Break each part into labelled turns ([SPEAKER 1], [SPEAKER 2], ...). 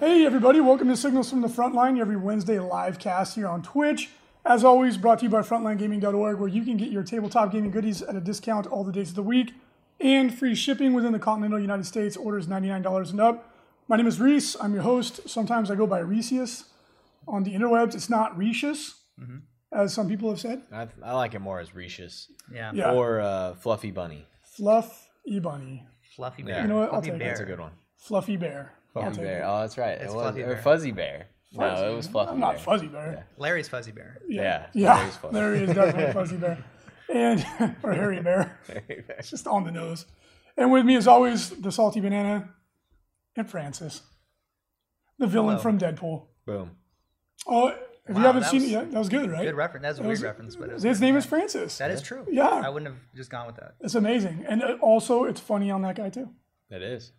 [SPEAKER 1] Hey, everybody, welcome to Signals from the Frontline, every Wednesday live cast here on Twitch. As always, brought to you by frontlinegaming.org, where you can get your tabletop gaming goodies at a discount all the days of the week and free shipping within the continental United States, orders $99 and up. My name is Reese, I'm your host. Sometimes I go by Reeseus. On the interwebs, it's not Reecious,
[SPEAKER 2] Mm-hmm.
[SPEAKER 1] as some people have said.
[SPEAKER 2] I, I like it more as Reese's
[SPEAKER 3] Yeah.
[SPEAKER 1] Yeah,
[SPEAKER 2] or uh, Fluffy Bunny.
[SPEAKER 1] Fluff Ebony,
[SPEAKER 3] Fluffy
[SPEAKER 2] Yeah.
[SPEAKER 3] bear.
[SPEAKER 2] You know
[SPEAKER 1] what? I'll
[SPEAKER 3] Fluffy
[SPEAKER 1] take it.
[SPEAKER 3] bear.
[SPEAKER 2] That's a good one.
[SPEAKER 1] Fluffy Bear. I'll
[SPEAKER 2] Fluffy
[SPEAKER 1] take
[SPEAKER 2] Bear.
[SPEAKER 1] it.
[SPEAKER 2] Oh, that's right.
[SPEAKER 3] It's
[SPEAKER 2] it was
[SPEAKER 3] Fluffy
[SPEAKER 2] or
[SPEAKER 3] Bear.
[SPEAKER 2] Fuzzy Bear. No, it was Fluffy
[SPEAKER 1] I'm
[SPEAKER 2] Bear.
[SPEAKER 1] not Fuzzy Bear.
[SPEAKER 3] Larry's fuzzy bear.
[SPEAKER 2] Yeah.
[SPEAKER 1] Yeah,
[SPEAKER 2] it is Fluffy.
[SPEAKER 1] there is definitely a fuzzy bear, and or hairy bear. It's just on the nose. And with me, as always, the salty banana and Francis, the villain
[SPEAKER 3] Hello.
[SPEAKER 1] from Deadpool.
[SPEAKER 2] Boom.
[SPEAKER 1] Oh, if you
[SPEAKER 3] Wow,
[SPEAKER 1] haven't
[SPEAKER 3] that
[SPEAKER 1] seen it
[SPEAKER 3] was-
[SPEAKER 1] yet, that was good, right?
[SPEAKER 3] Good reference. That was a
[SPEAKER 1] That
[SPEAKER 3] weird
[SPEAKER 1] was-
[SPEAKER 3] reference, but it was
[SPEAKER 1] His name is Francis.
[SPEAKER 3] that is true.
[SPEAKER 1] Yeah.
[SPEAKER 3] I wouldn't have just gone with that.
[SPEAKER 1] It's amazing, and uh, also it's funny on that guy too.
[SPEAKER 2] It is.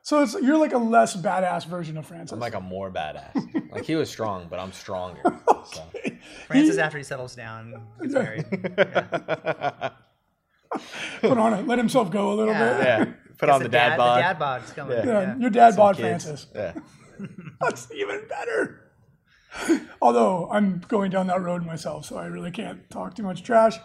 [SPEAKER 1] So it's you're like a less badass version of Francis.
[SPEAKER 3] Oh
[SPEAKER 2] I'm like a more badass. like he was strong, but I'm stronger. So.
[SPEAKER 3] Francis, after he settles down, gets married.
[SPEAKER 1] Put on it, let himself go a little
[SPEAKER 3] Yeah.
[SPEAKER 1] bit.
[SPEAKER 2] Yeah. Put on
[SPEAKER 3] It's
[SPEAKER 2] the dad, bod.
[SPEAKER 3] The dad bod's coming.
[SPEAKER 2] Yeah.
[SPEAKER 1] Yeah,
[SPEAKER 3] Yeah.
[SPEAKER 1] your dad bod
[SPEAKER 2] Kids.
[SPEAKER 1] Francis.
[SPEAKER 2] Yeah.
[SPEAKER 1] That's even better. Although I'm going down that road myself, so I really can't talk too much trash.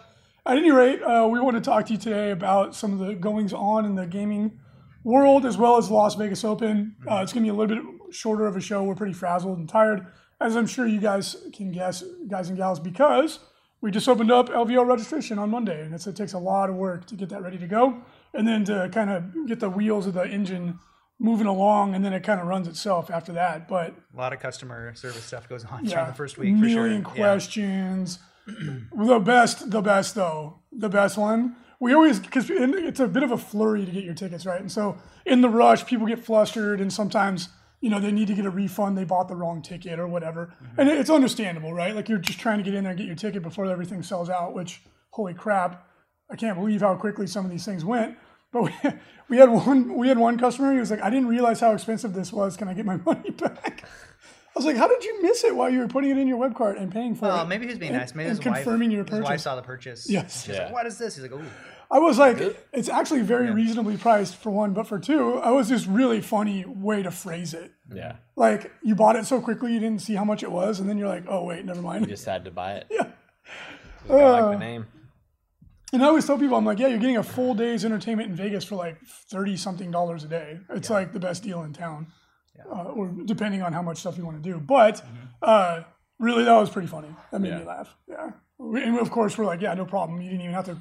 [SPEAKER 1] At any rate, uh, we want to talk to you today about some of the goings on in the gaming world, as well as the Las Vegas Open. Uh, it's going to be a little bit shorter of a show. We're pretty frazzled and tired, as I'm sure you guys can guess, guys and gals, because we just opened up LVO registration on Monday, and it's, it takes a lot of work to get that ready to go, and then to kind of get the wheels of the engine moving along, and then it kind of runs itself after that. But
[SPEAKER 3] A lot of customer service stuff goes on
[SPEAKER 1] yeah,
[SPEAKER 3] during the first week for sure.
[SPEAKER 1] million
[SPEAKER 3] Yeah.
[SPEAKER 1] questions. the best, the best though, the best one. We always because it's a bit of a flurry to get your tickets, right? And so in the rush, people get flustered, and sometimes you know they need to get a refund. They bought the wrong ticket or whatever,
[SPEAKER 3] Mm-hmm.
[SPEAKER 1] and it's understandable, right? Like you're just trying to get in there and get your ticket before everything sells out. Which holy crap, I can't believe how quickly some of these things went. But we, we had one we had one customer. He was like, I didn't realize how expensive this was. Can I get my money back? I was like, how did you miss it while you were putting it in your web cart and paying for
[SPEAKER 3] Well,
[SPEAKER 1] it?
[SPEAKER 3] maybe he was being
[SPEAKER 1] And-
[SPEAKER 3] nice. Maybe
[SPEAKER 1] and
[SPEAKER 3] his
[SPEAKER 1] confirming
[SPEAKER 3] wife,
[SPEAKER 1] your
[SPEAKER 3] His wife
[SPEAKER 1] purchase.
[SPEAKER 3] saw the purchase.
[SPEAKER 1] Yes.
[SPEAKER 3] She's
[SPEAKER 2] Yeah.
[SPEAKER 3] like, "What is this?" He's like, "Ooh,
[SPEAKER 1] I was like, it's actually very reasonably priced for one, but for two, I was just really funny way to phrase it.
[SPEAKER 2] Yeah.
[SPEAKER 1] Like you bought it so quickly you didn't see how much it was, and then you're like, oh wait, never mind.
[SPEAKER 2] Just had to buy it.
[SPEAKER 1] Yeah.
[SPEAKER 2] Just I like the name.
[SPEAKER 1] And I always tell people, I'm like, yeah, you're getting a full day's entertainment in Vegas for like thirty something dollars a day. It's like the best deal in town, uh, or depending on how much stuff you want to do. But uh, really, that was pretty funny. That made me
[SPEAKER 2] Yeah.
[SPEAKER 1] laugh. Yeah. We- And of course, we're like, yeah, no problem. You didn't even have to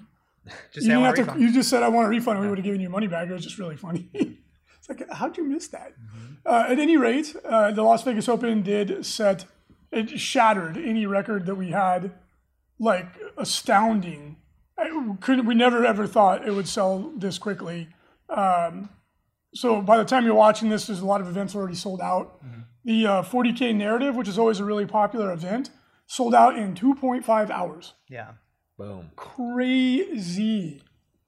[SPEAKER 3] just
[SPEAKER 1] you
[SPEAKER 3] say I
[SPEAKER 1] didn't
[SPEAKER 3] want
[SPEAKER 1] have
[SPEAKER 3] a
[SPEAKER 1] to.
[SPEAKER 3] refund."
[SPEAKER 1] You just said I want a refund. and We would have given you your money back. It was just really funny. it's like, how'd you miss that?
[SPEAKER 3] Mm-hmm.
[SPEAKER 1] Uh, at any rate, uh, the Las Vegas Open did set it shattered any record that we had. Like astounding. I couldn't. We never ever thought it would sell this quickly. Um, so by the time you're watching this, there's a lot of events already sold out.
[SPEAKER 3] Mm-hmm.
[SPEAKER 1] The uh, 40k narrative, which is always a really popular event, sold out in 2.5 hours
[SPEAKER 3] Yeah.
[SPEAKER 2] Boom.
[SPEAKER 1] crazy.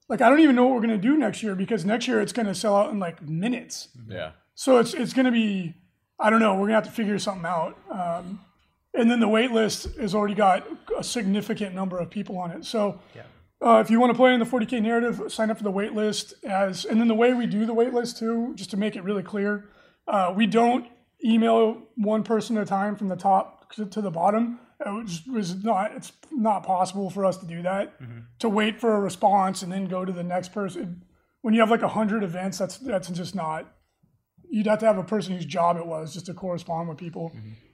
[SPEAKER 1] Like I don't even know what we're gonna do next year because next year it's gonna sell out in like minutes.
[SPEAKER 2] Yeah.
[SPEAKER 1] So it's it's gonna be I don't know. We're gonna have to figure something out. Um, and then the wait list has already got a significant number of people on it. So
[SPEAKER 3] Yeah.
[SPEAKER 1] uh, if you want to play in the 40k narrative, sign up for the wait list. As and then the way we do the wait list too, just to make it really clear, uh, we don't email one person at a time from the top to to the bottom. It was, was not it's not possible for us to do that. To wait for a response and then go to the next person. When you have like hundred events, that's that's just not. You'd have to have a person whose job it was just to correspond with people.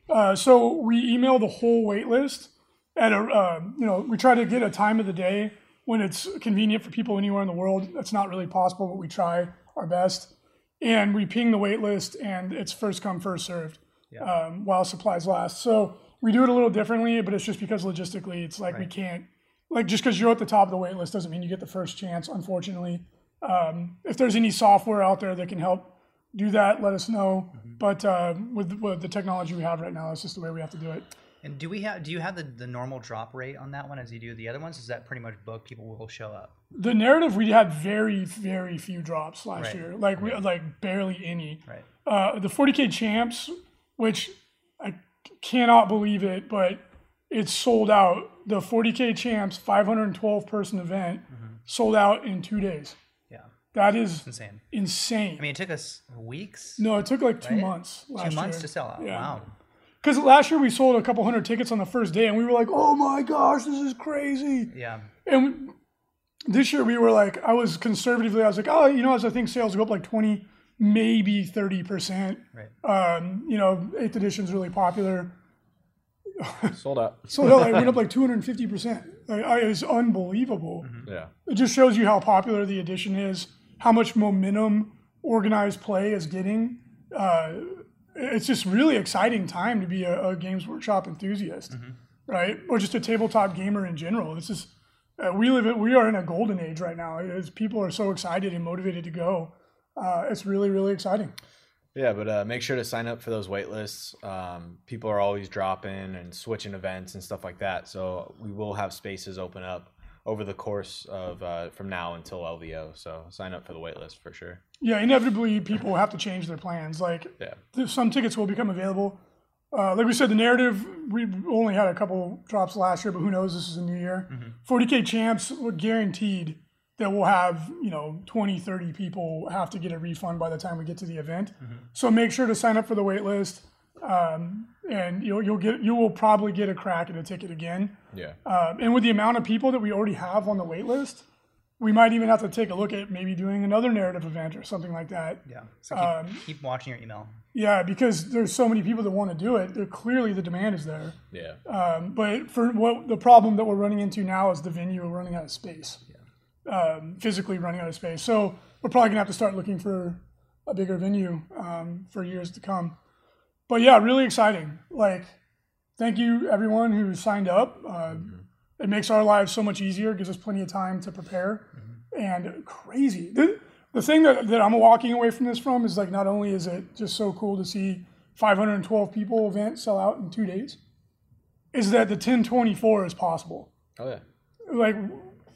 [SPEAKER 1] Uh, so we email the whole wait list at a uh, you know we try to get a time of the day when it's convenient for people anywhere in the world that's not really possible but we try our best and we ping the wait list and it's first come first served um, while supplies last so we do it a little differently but it's just because logistically it's like we can't like just because you're at the top of the wait list doesn't mean you get the first chance unfortunately um, if there's any software out there that can help do that, let us know.
[SPEAKER 3] Mm-hmm.
[SPEAKER 1] But uh, with, with the technology we have right now, it's just the way we have to do it.
[SPEAKER 3] And do we have do you have the, the normal drop rate on that one as you do the other ones? Is that pretty much booked? People will show up.
[SPEAKER 1] The narrative we had very very few drops last
[SPEAKER 3] Right.
[SPEAKER 1] year, like we, like barely any.
[SPEAKER 3] Right.
[SPEAKER 1] Uh, the 40k champs, which I cannot believe it, but it's sold out. The 40k champs 512 person event sold out in two days.
[SPEAKER 3] Mm-hmm. Yeah.
[SPEAKER 1] That is
[SPEAKER 3] Insane.
[SPEAKER 1] insane.
[SPEAKER 3] I mean, it took us weeks,
[SPEAKER 1] no, it took like two
[SPEAKER 3] Right?
[SPEAKER 1] months. Last
[SPEAKER 3] two months
[SPEAKER 1] year.
[SPEAKER 3] to sell out.
[SPEAKER 1] Yeah.
[SPEAKER 3] Wow.
[SPEAKER 1] Because last year we sold a couple hundred tickets on the first day, and we were like, "Oh my gosh, this is crazy!"
[SPEAKER 3] Yeah.
[SPEAKER 1] And this year we were like, I was conservatively, I was like, "Oh, you know, as I think sales go up like twenty, maybe thirty percent."
[SPEAKER 3] Right.
[SPEAKER 1] Um, you know, eighth edition's really popular,
[SPEAKER 2] Sold out.
[SPEAKER 1] so that like went up like two hundred and fifty percent. Like, I- it was unbelievable.
[SPEAKER 2] Yeah.
[SPEAKER 1] It just shows you how popular the edition is, how much momentum organized play is getting. Uh, it's just really exciting time to be a, a Games Workshop enthusiast, right? Or just a tabletop gamer in general. It's just uh, we live. in- We are in a golden age right now. As people are so excited and motivated to go, uh, it's really really exciting.
[SPEAKER 2] Yeah, but uh, make sure to sign up for those wait lists. Um, people are always dropping and switching events and stuff like that. So we will have spaces open up over the course of uh, from now until LVO. So sign up for the wait list for sure.
[SPEAKER 1] Yeah, inevitably people have to change their plans. Like
[SPEAKER 2] Yeah.
[SPEAKER 1] th- some tickets will become available. Uh, like we said, the narrative we only had a couple drops last year, but who knows? This is a new year. 40k champs we're guaranteed that we'll have you know 20, 30 people have to get a refund by the time we get to the event. So make sure to sign up for the wait list, um, and you'll you'll get you will probably get a crack at a ticket again.
[SPEAKER 2] Yeah.
[SPEAKER 1] Uh, and with the amount of people that we already have on the wait list, we might even have to take a look at maybe doing another narrative event or something like that.
[SPEAKER 3] Yeah. So keep,
[SPEAKER 1] Um,
[SPEAKER 3] keep watching your email.
[SPEAKER 1] Yeah, because there's so many people that want to do it. There, clearly, the demand is there.
[SPEAKER 2] Yeah.
[SPEAKER 1] Um, but for what the problem that we're running into now is the venue we're running out of space, um, physically running out of space. So we're probably gonna have to start looking for a bigger venue um, for years to come. But yeah, really exciting. Like, thank you everyone who signed up. Uh, It makes our lives so much easier. Gives us plenty of time to prepare. And crazy. The, the thing that, that I'm walking away from this from is like not only is it just so cool to see 512 people event sell out in two days is that the 1024 is possible.
[SPEAKER 2] Oh yeah.
[SPEAKER 1] Like,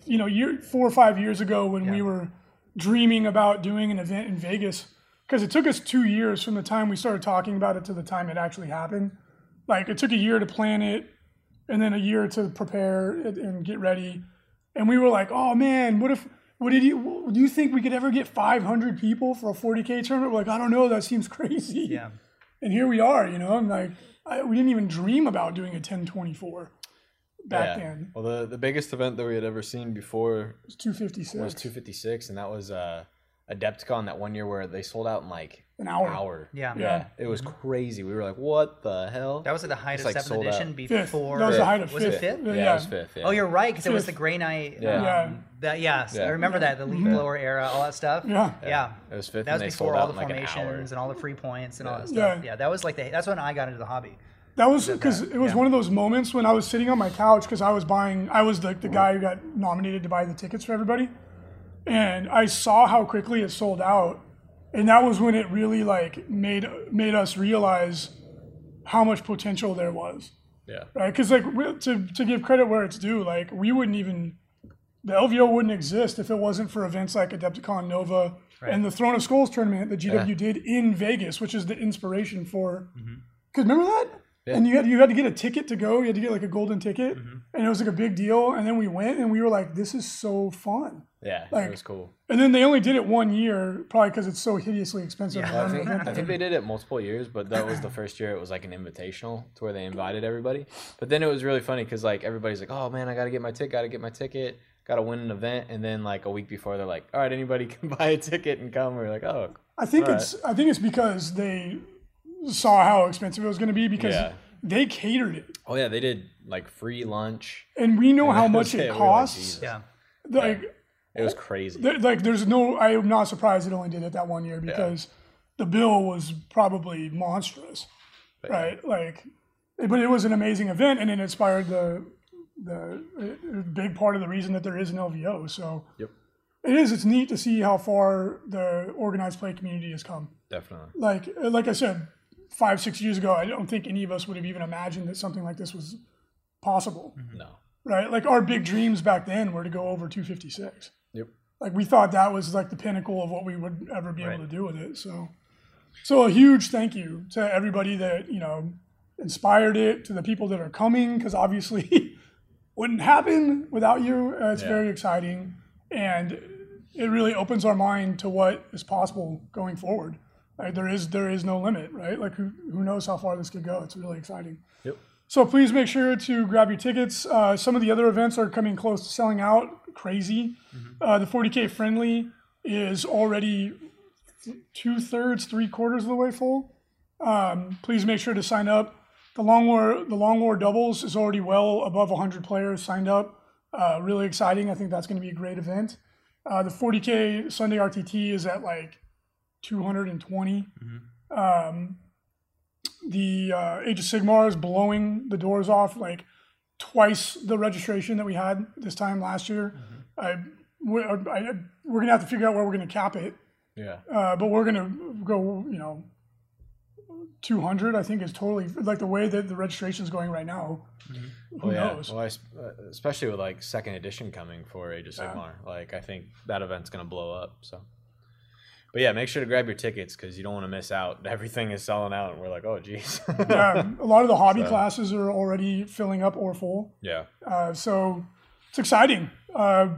[SPEAKER 1] you know, year, four or five years ago when we
[SPEAKER 3] Yeah.
[SPEAKER 1] were dreaming about doing an event in Vegas, because it took us two years from the time we started talking about it to the time it actually happened. Like, it took a year to plan it and then a year to prepare and- and get ready. And we were like, oh man, what if, what did you, do you think we could ever get 500 people for a 40K tournament? We're like, I don't know, that seems crazy.
[SPEAKER 3] Yeah.
[SPEAKER 1] And here we are, you know, and like, I, we didn't even dream about doing a 1024 back
[SPEAKER 2] yeah.
[SPEAKER 1] then.
[SPEAKER 2] Well, the the biggest event that we had ever seen before
[SPEAKER 1] It's 256.
[SPEAKER 2] was 256, and that was uh, Adepticon that one year where they sold out in like
[SPEAKER 1] an hour.
[SPEAKER 2] hour.
[SPEAKER 3] Yeah. Mm-hmm.
[SPEAKER 2] Yeah. It was crazy. We were like, what the hell?
[SPEAKER 3] That was at the height
[SPEAKER 2] It's, like,
[SPEAKER 3] of seventh
[SPEAKER 2] sold out.
[SPEAKER 3] edition
[SPEAKER 1] Fifth.
[SPEAKER 3] before.
[SPEAKER 1] That was the height of
[SPEAKER 3] was
[SPEAKER 1] fifth.
[SPEAKER 3] it fifth?
[SPEAKER 2] yeah,
[SPEAKER 1] yeah.
[SPEAKER 2] It was fifth. Yeah.
[SPEAKER 3] Oh, you're right, because it was the
[SPEAKER 1] Fifth.
[SPEAKER 3] Grey Knight.
[SPEAKER 2] Yeah.
[SPEAKER 3] Um,
[SPEAKER 1] Yeah.
[SPEAKER 3] That, yes,
[SPEAKER 2] Yeah.
[SPEAKER 3] I remember that the leaf blower era, all that stuff.
[SPEAKER 1] Yeah.
[SPEAKER 3] Yeah.
[SPEAKER 2] It was fifth,
[SPEAKER 3] That was
[SPEAKER 2] and they
[SPEAKER 3] before
[SPEAKER 2] sold
[SPEAKER 3] all
[SPEAKER 2] out
[SPEAKER 3] the
[SPEAKER 2] in like an hour.
[SPEAKER 3] formations and all the free points and all that
[SPEAKER 1] Yeah.
[SPEAKER 3] stuff. Yeah. That was like the. That's when I got into the hobby.
[SPEAKER 1] That was because it was
[SPEAKER 3] yeah.
[SPEAKER 1] one of those moments when I was sitting on my couch because I was buying, I was like the, guy who got nominated to buy the tickets for everybody. And I saw how quickly it sold out. And that was when it really like made made us realize how much potential there was.
[SPEAKER 2] Yeah.
[SPEAKER 1] right? Because like we- to to give credit where it's due, like we wouldn't even the LVO wouldn't exist if it wasn't for events like Adepticon Nova and the Throne of Skulls tournament that GW did in Vegas, which is the inspiration for.
[SPEAKER 2] Mm-hmm.
[SPEAKER 1] Because remember that. And you had you had to get a ticket to go. You had to get like a golden ticket,
[SPEAKER 2] Mm-hmm.
[SPEAKER 1] and it was like a big deal. And then we went, and we were like, "This is so fun."
[SPEAKER 2] Yeah.
[SPEAKER 1] Like-
[SPEAKER 2] it was cool.
[SPEAKER 1] And then they only did it one year, probably because it's so hideously expensive. to
[SPEAKER 3] Yeah.
[SPEAKER 1] run
[SPEAKER 2] I
[SPEAKER 1] an
[SPEAKER 2] think,
[SPEAKER 1] event
[SPEAKER 2] I think they did it multiple years, but that was the first year it was like an invitational to where they invited everybody. But then it was really funny because like everybody's like, oh man, I gotta get my ticket, gotta get my ticket, gotta win an event. And then like a week before, they're like, all right, anybody can buy a ticket and come. We're like, oh,
[SPEAKER 1] I think
[SPEAKER 2] All
[SPEAKER 1] it's I think it's because they saw how expensive it was going to be because
[SPEAKER 2] Yeah.
[SPEAKER 1] they catered it,
[SPEAKER 2] oh yeah, they did like free lunch.
[SPEAKER 1] and we know how much
[SPEAKER 2] Yeah, we
[SPEAKER 1] it
[SPEAKER 2] were like,
[SPEAKER 1] costs.
[SPEAKER 2] Jesus.
[SPEAKER 3] Yeah.
[SPEAKER 1] like
[SPEAKER 2] It was crazy.
[SPEAKER 1] th- like there's no I am not surprised it only did it that one year because the bill was probably monstrous, right? Like, but it was an amazing event and it inspired the the uh, big part of the reason that there is an LVO. So
[SPEAKER 2] Yep.
[SPEAKER 1] it is. It's neat to see how far the organized play community has come.
[SPEAKER 2] Definitely.
[SPEAKER 1] Like uh, like I said, five six years ago, I don't think any of us would have even imagined that something like this was possible.
[SPEAKER 2] No.
[SPEAKER 1] Right? Like our big dreams back then were to go over 256.
[SPEAKER 2] Yep.
[SPEAKER 1] Like we thought that was like the pinnacle of what we would ever be
[SPEAKER 3] Right.
[SPEAKER 1] able to do with it. So, so a huge thank you to everybody that you know inspired it, to the people that are coming, because obviously wouldn't happen without you. Uh, it's
[SPEAKER 2] Yeah.
[SPEAKER 1] very exciting, and it really opens our mind to what is possible going forward. Like, there is there is no limit, right? Like who who knows how far this could go? It's really exciting.
[SPEAKER 2] Yep.
[SPEAKER 1] So please make sure to grab your tickets. Uh, some of the other events are coming close to selling out. Crazy. Uh, the 40K friendly is already two thirds, three quarters of the way full. Um, please make sure to sign up. The Long War, the Long War doubles is already well above 100 players signed up. Uh, really exciting. I think that's going to be a great event. Uh, the 40K Sunday RTT is at like 220. Um, the uh, Age of Sigmar is blowing the doors off like twice the registration that we had this time last year. I, we, I, I, we're gonna have to figure out where we're gonna cap it,
[SPEAKER 2] Yeah.
[SPEAKER 1] uh, but we're gonna go, you know, 200. I think is totally like the way that the registration is going right now. Who
[SPEAKER 2] Well, Oh, yeah.
[SPEAKER 1] knows?
[SPEAKER 2] Well, I s uh, especially with like second edition coming for Age of
[SPEAKER 1] Yeah.
[SPEAKER 2] Sigmar, like I think that event's gonna blow up. So, but yeah, make sure to grab your tickets because you don't want to miss out. Everything is selling out, and we're like, oh, geez.
[SPEAKER 1] yeah, a lot of the hobby
[SPEAKER 2] So-
[SPEAKER 1] classes are already filling up or full.
[SPEAKER 2] yeah.
[SPEAKER 1] Uh, so it's exciting. Uh,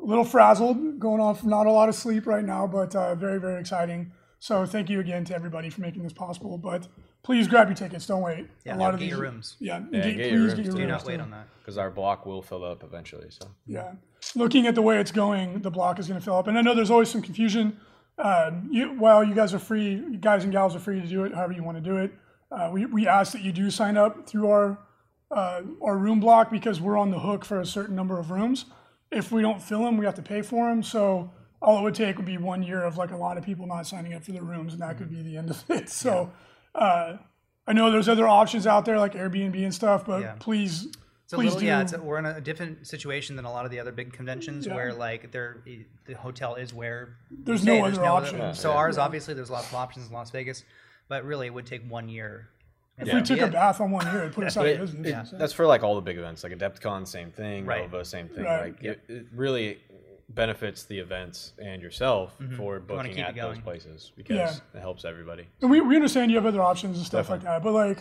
[SPEAKER 1] a little frazzled, going off not a lot of sleep right now, but uh, very, very exciting. So thank you again to everybody for making this possible. But please grab your tickets. Don't wait.
[SPEAKER 3] Yeah,
[SPEAKER 1] a lot of
[SPEAKER 3] get
[SPEAKER 1] these.
[SPEAKER 3] your rooms.
[SPEAKER 1] Yeah, get,
[SPEAKER 2] Yeah, get
[SPEAKER 1] please
[SPEAKER 2] your
[SPEAKER 1] get
[SPEAKER 2] rooms,
[SPEAKER 1] your
[SPEAKER 2] dude.
[SPEAKER 3] Do
[SPEAKER 1] rooms.
[SPEAKER 3] not wait
[SPEAKER 1] too.
[SPEAKER 3] on that.
[SPEAKER 2] Because our block will fill up eventually. So
[SPEAKER 1] Yeah. Looking at the way it's going, the block is going to fill up. And I know there's always some confusion. Um, you, while you guys are free, you guys and gals are free to do it however you want to do it. Uh, we, we ask that you do sign up through our, uh, our room block because we're on the hook for a certain number of rooms. If we don't fill them, we have to pay for them. So all it would take would be one year of like a lot of people not signing up for their rooms, and that could be the end of it. So uh, I know there's other options out there like Airbnb and stuff, but
[SPEAKER 3] Yeah.
[SPEAKER 1] please,
[SPEAKER 3] It's a
[SPEAKER 1] please
[SPEAKER 3] little,
[SPEAKER 1] do.
[SPEAKER 3] yeah, it's a, we're in a different situation than a lot of the other big conventions
[SPEAKER 1] Yeah.
[SPEAKER 3] where like they're, the hotel is where you
[SPEAKER 1] There's
[SPEAKER 3] stay,
[SPEAKER 1] no other option. Yeah,
[SPEAKER 3] so
[SPEAKER 2] yeah.
[SPEAKER 3] ours obviously there's lots of options in Las Vegas, but really it would take one year. And
[SPEAKER 1] If we
[SPEAKER 3] that'd be
[SPEAKER 1] took a
[SPEAKER 3] it.
[SPEAKER 1] bath on one year, it put us out
[SPEAKER 2] But
[SPEAKER 1] of
[SPEAKER 2] it,
[SPEAKER 1] business.
[SPEAKER 2] it- that's for like all the big events, like Adeptcon, same thing,
[SPEAKER 3] Right.
[SPEAKER 2] Nova, same thing.
[SPEAKER 1] Right.
[SPEAKER 2] Like it, it really benefits the events and yourself for
[SPEAKER 3] wanna
[SPEAKER 2] booking
[SPEAKER 3] keep
[SPEAKER 2] at
[SPEAKER 3] it
[SPEAKER 2] those
[SPEAKER 3] going.
[SPEAKER 2] places because it helps everybody.
[SPEAKER 1] And we, we understand you have other options and stuff like that, but like,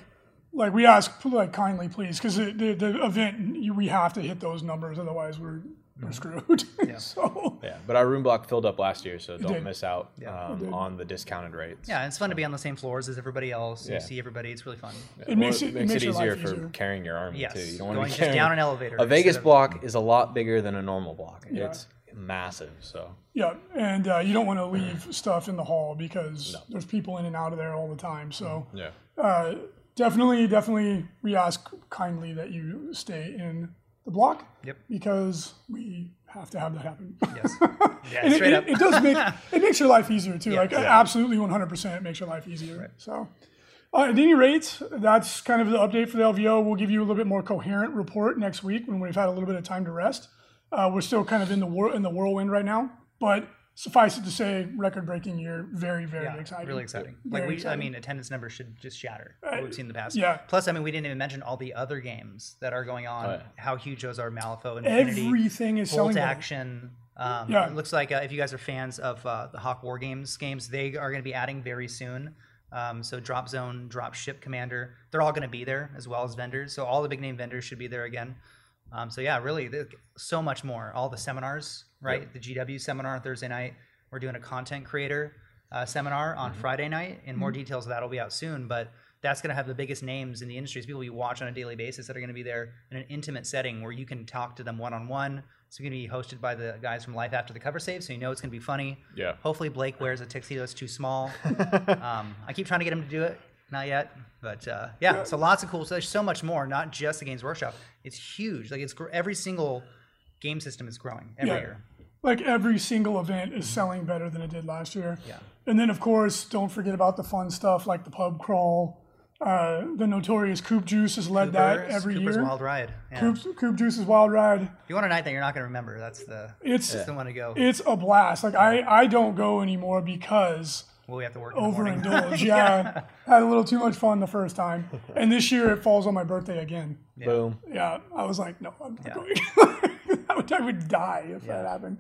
[SPEAKER 1] like we ask like kindly please because the, the the event you, we have to hit those numbers otherwise we're we're screwed. so
[SPEAKER 2] Yeah, but our room block filled up last year, so don't
[SPEAKER 1] did.
[SPEAKER 2] miss out
[SPEAKER 3] Yeah.
[SPEAKER 2] um, on the discounted rates.
[SPEAKER 3] Yeah, it's fun to be on the same floors as everybody else.
[SPEAKER 2] Yeah.
[SPEAKER 3] You see everybody. It's really fun.
[SPEAKER 1] it makes
[SPEAKER 2] Well,
[SPEAKER 1] it, it makes your
[SPEAKER 2] easier
[SPEAKER 1] life
[SPEAKER 2] for
[SPEAKER 1] easier.
[SPEAKER 2] carrying your army
[SPEAKER 3] Yes,
[SPEAKER 2] too. You don't
[SPEAKER 3] going
[SPEAKER 2] want to be
[SPEAKER 3] just
[SPEAKER 2] carrying
[SPEAKER 3] down an elevator.
[SPEAKER 2] A Vegas
[SPEAKER 3] instead of-
[SPEAKER 2] block is a lot bigger than a normal block. It's massive. So
[SPEAKER 1] Yeah, and uh, you don't want to leave stuff in the hall because there's people in and out of there all the time. So
[SPEAKER 2] Mm-hmm. yeah,
[SPEAKER 1] uh, definitely, definitely, we ask kindly that you stay in the block.
[SPEAKER 3] Yep.
[SPEAKER 1] Because we have to have that happen.
[SPEAKER 3] Yes. Yeah,
[SPEAKER 1] And it,
[SPEAKER 3] straight
[SPEAKER 1] it-
[SPEAKER 3] up.
[SPEAKER 1] it does make it makes your life easier too. like
[SPEAKER 3] yeah.
[SPEAKER 1] absolutely 100% it makes your life easier. So uh, at any rate, that's kind of the update for the LVO. We'll give you a little bit more coherent report next week when we've had a little bit of time to rest. Uh, we're still kind of in the whir- in the whirlwind right now, but suffice it to say, record-breaking year. Very very
[SPEAKER 3] Yeah,
[SPEAKER 1] exciting.
[SPEAKER 3] really exciting. Like
[SPEAKER 1] Very
[SPEAKER 3] we,
[SPEAKER 1] exciting. Uh,
[SPEAKER 3] I mean, attendance numbers should just shatter. what we've seen in the past.
[SPEAKER 1] yeah.
[SPEAKER 3] Plus, I mean, we didn't even mention all the other games that are going on.
[SPEAKER 2] Oh, yeah.
[SPEAKER 3] How huge those are, Malifaux, Infinity,
[SPEAKER 1] Everything is selling.
[SPEAKER 3] Bolt
[SPEAKER 1] well.
[SPEAKER 3] Action. Um,
[SPEAKER 1] Yeah.
[SPEAKER 3] It looks like uh, if you guys are fans of uh, the Hawk War Games games, they are going to be adding very soon. Um, so Drop Zone, Drop Ship Commander, they're all going to be there as well as vendors. So all the big name vendors should be there again. Um, so yeah, really, th- so much more. All the seminars, right? The GW seminar on Thursday night. We're doing a content creator uh, seminar on
[SPEAKER 1] Mm-hmm.
[SPEAKER 3] Friday night, and more details of that will be out soon. But that's going to have the biggest names in the industry, it's people you watch on a daily basis that are going to be there in an intimate setting where you can talk to them one on one. It's going to be hosted by the guys from Life After the Cover Save, so you know it's going to be funny.
[SPEAKER 2] yeah.
[SPEAKER 3] Hopefully, Blake wears a tuxedo that's too small. um, I keep trying to get him to do it. Not yet, but uh, yeah, So lots of cool. So there's so much more. Not just the Games Workshop. It's huge. Like it's gr- every single game system is growing every
[SPEAKER 1] Yeah.
[SPEAKER 3] year.
[SPEAKER 1] like every single event is selling better than it did last year.
[SPEAKER 3] Yeah.
[SPEAKER 1] And then of course, don't forget about the fun stuff like the pub crawl, Uh, the notorious Coop Juice has led that
[SPEAKER 3] Cooper's-
[SPEAKER 1] every
[SPEAKER 3] Cooper's
[SPEAKER 1] year.
[SPEAKER 3] Wild Ride. Yeah.
[SPEAKER 1] Coop's, Coop Juice's Wild Ride.
[SPEAKER 3] If you want a night that you're not going to remember, that's the
[SPEAKER 1] It's
[SPEAKER 3] that's the one to go.
[SPEAKER 1] it's a blast. Like I I don't go anymore because
[SPEAKER 3] Well, we have to work. in the morning.
[SPEAKER 1] overindulge. yeah, had a little too much fun the first time, and this year it falls on my birthday again.
[SPEAKER 2] Boom.
[SPEAKER 1] Yeah, I was like, no, I'm not going. I, would, I would die if that happened.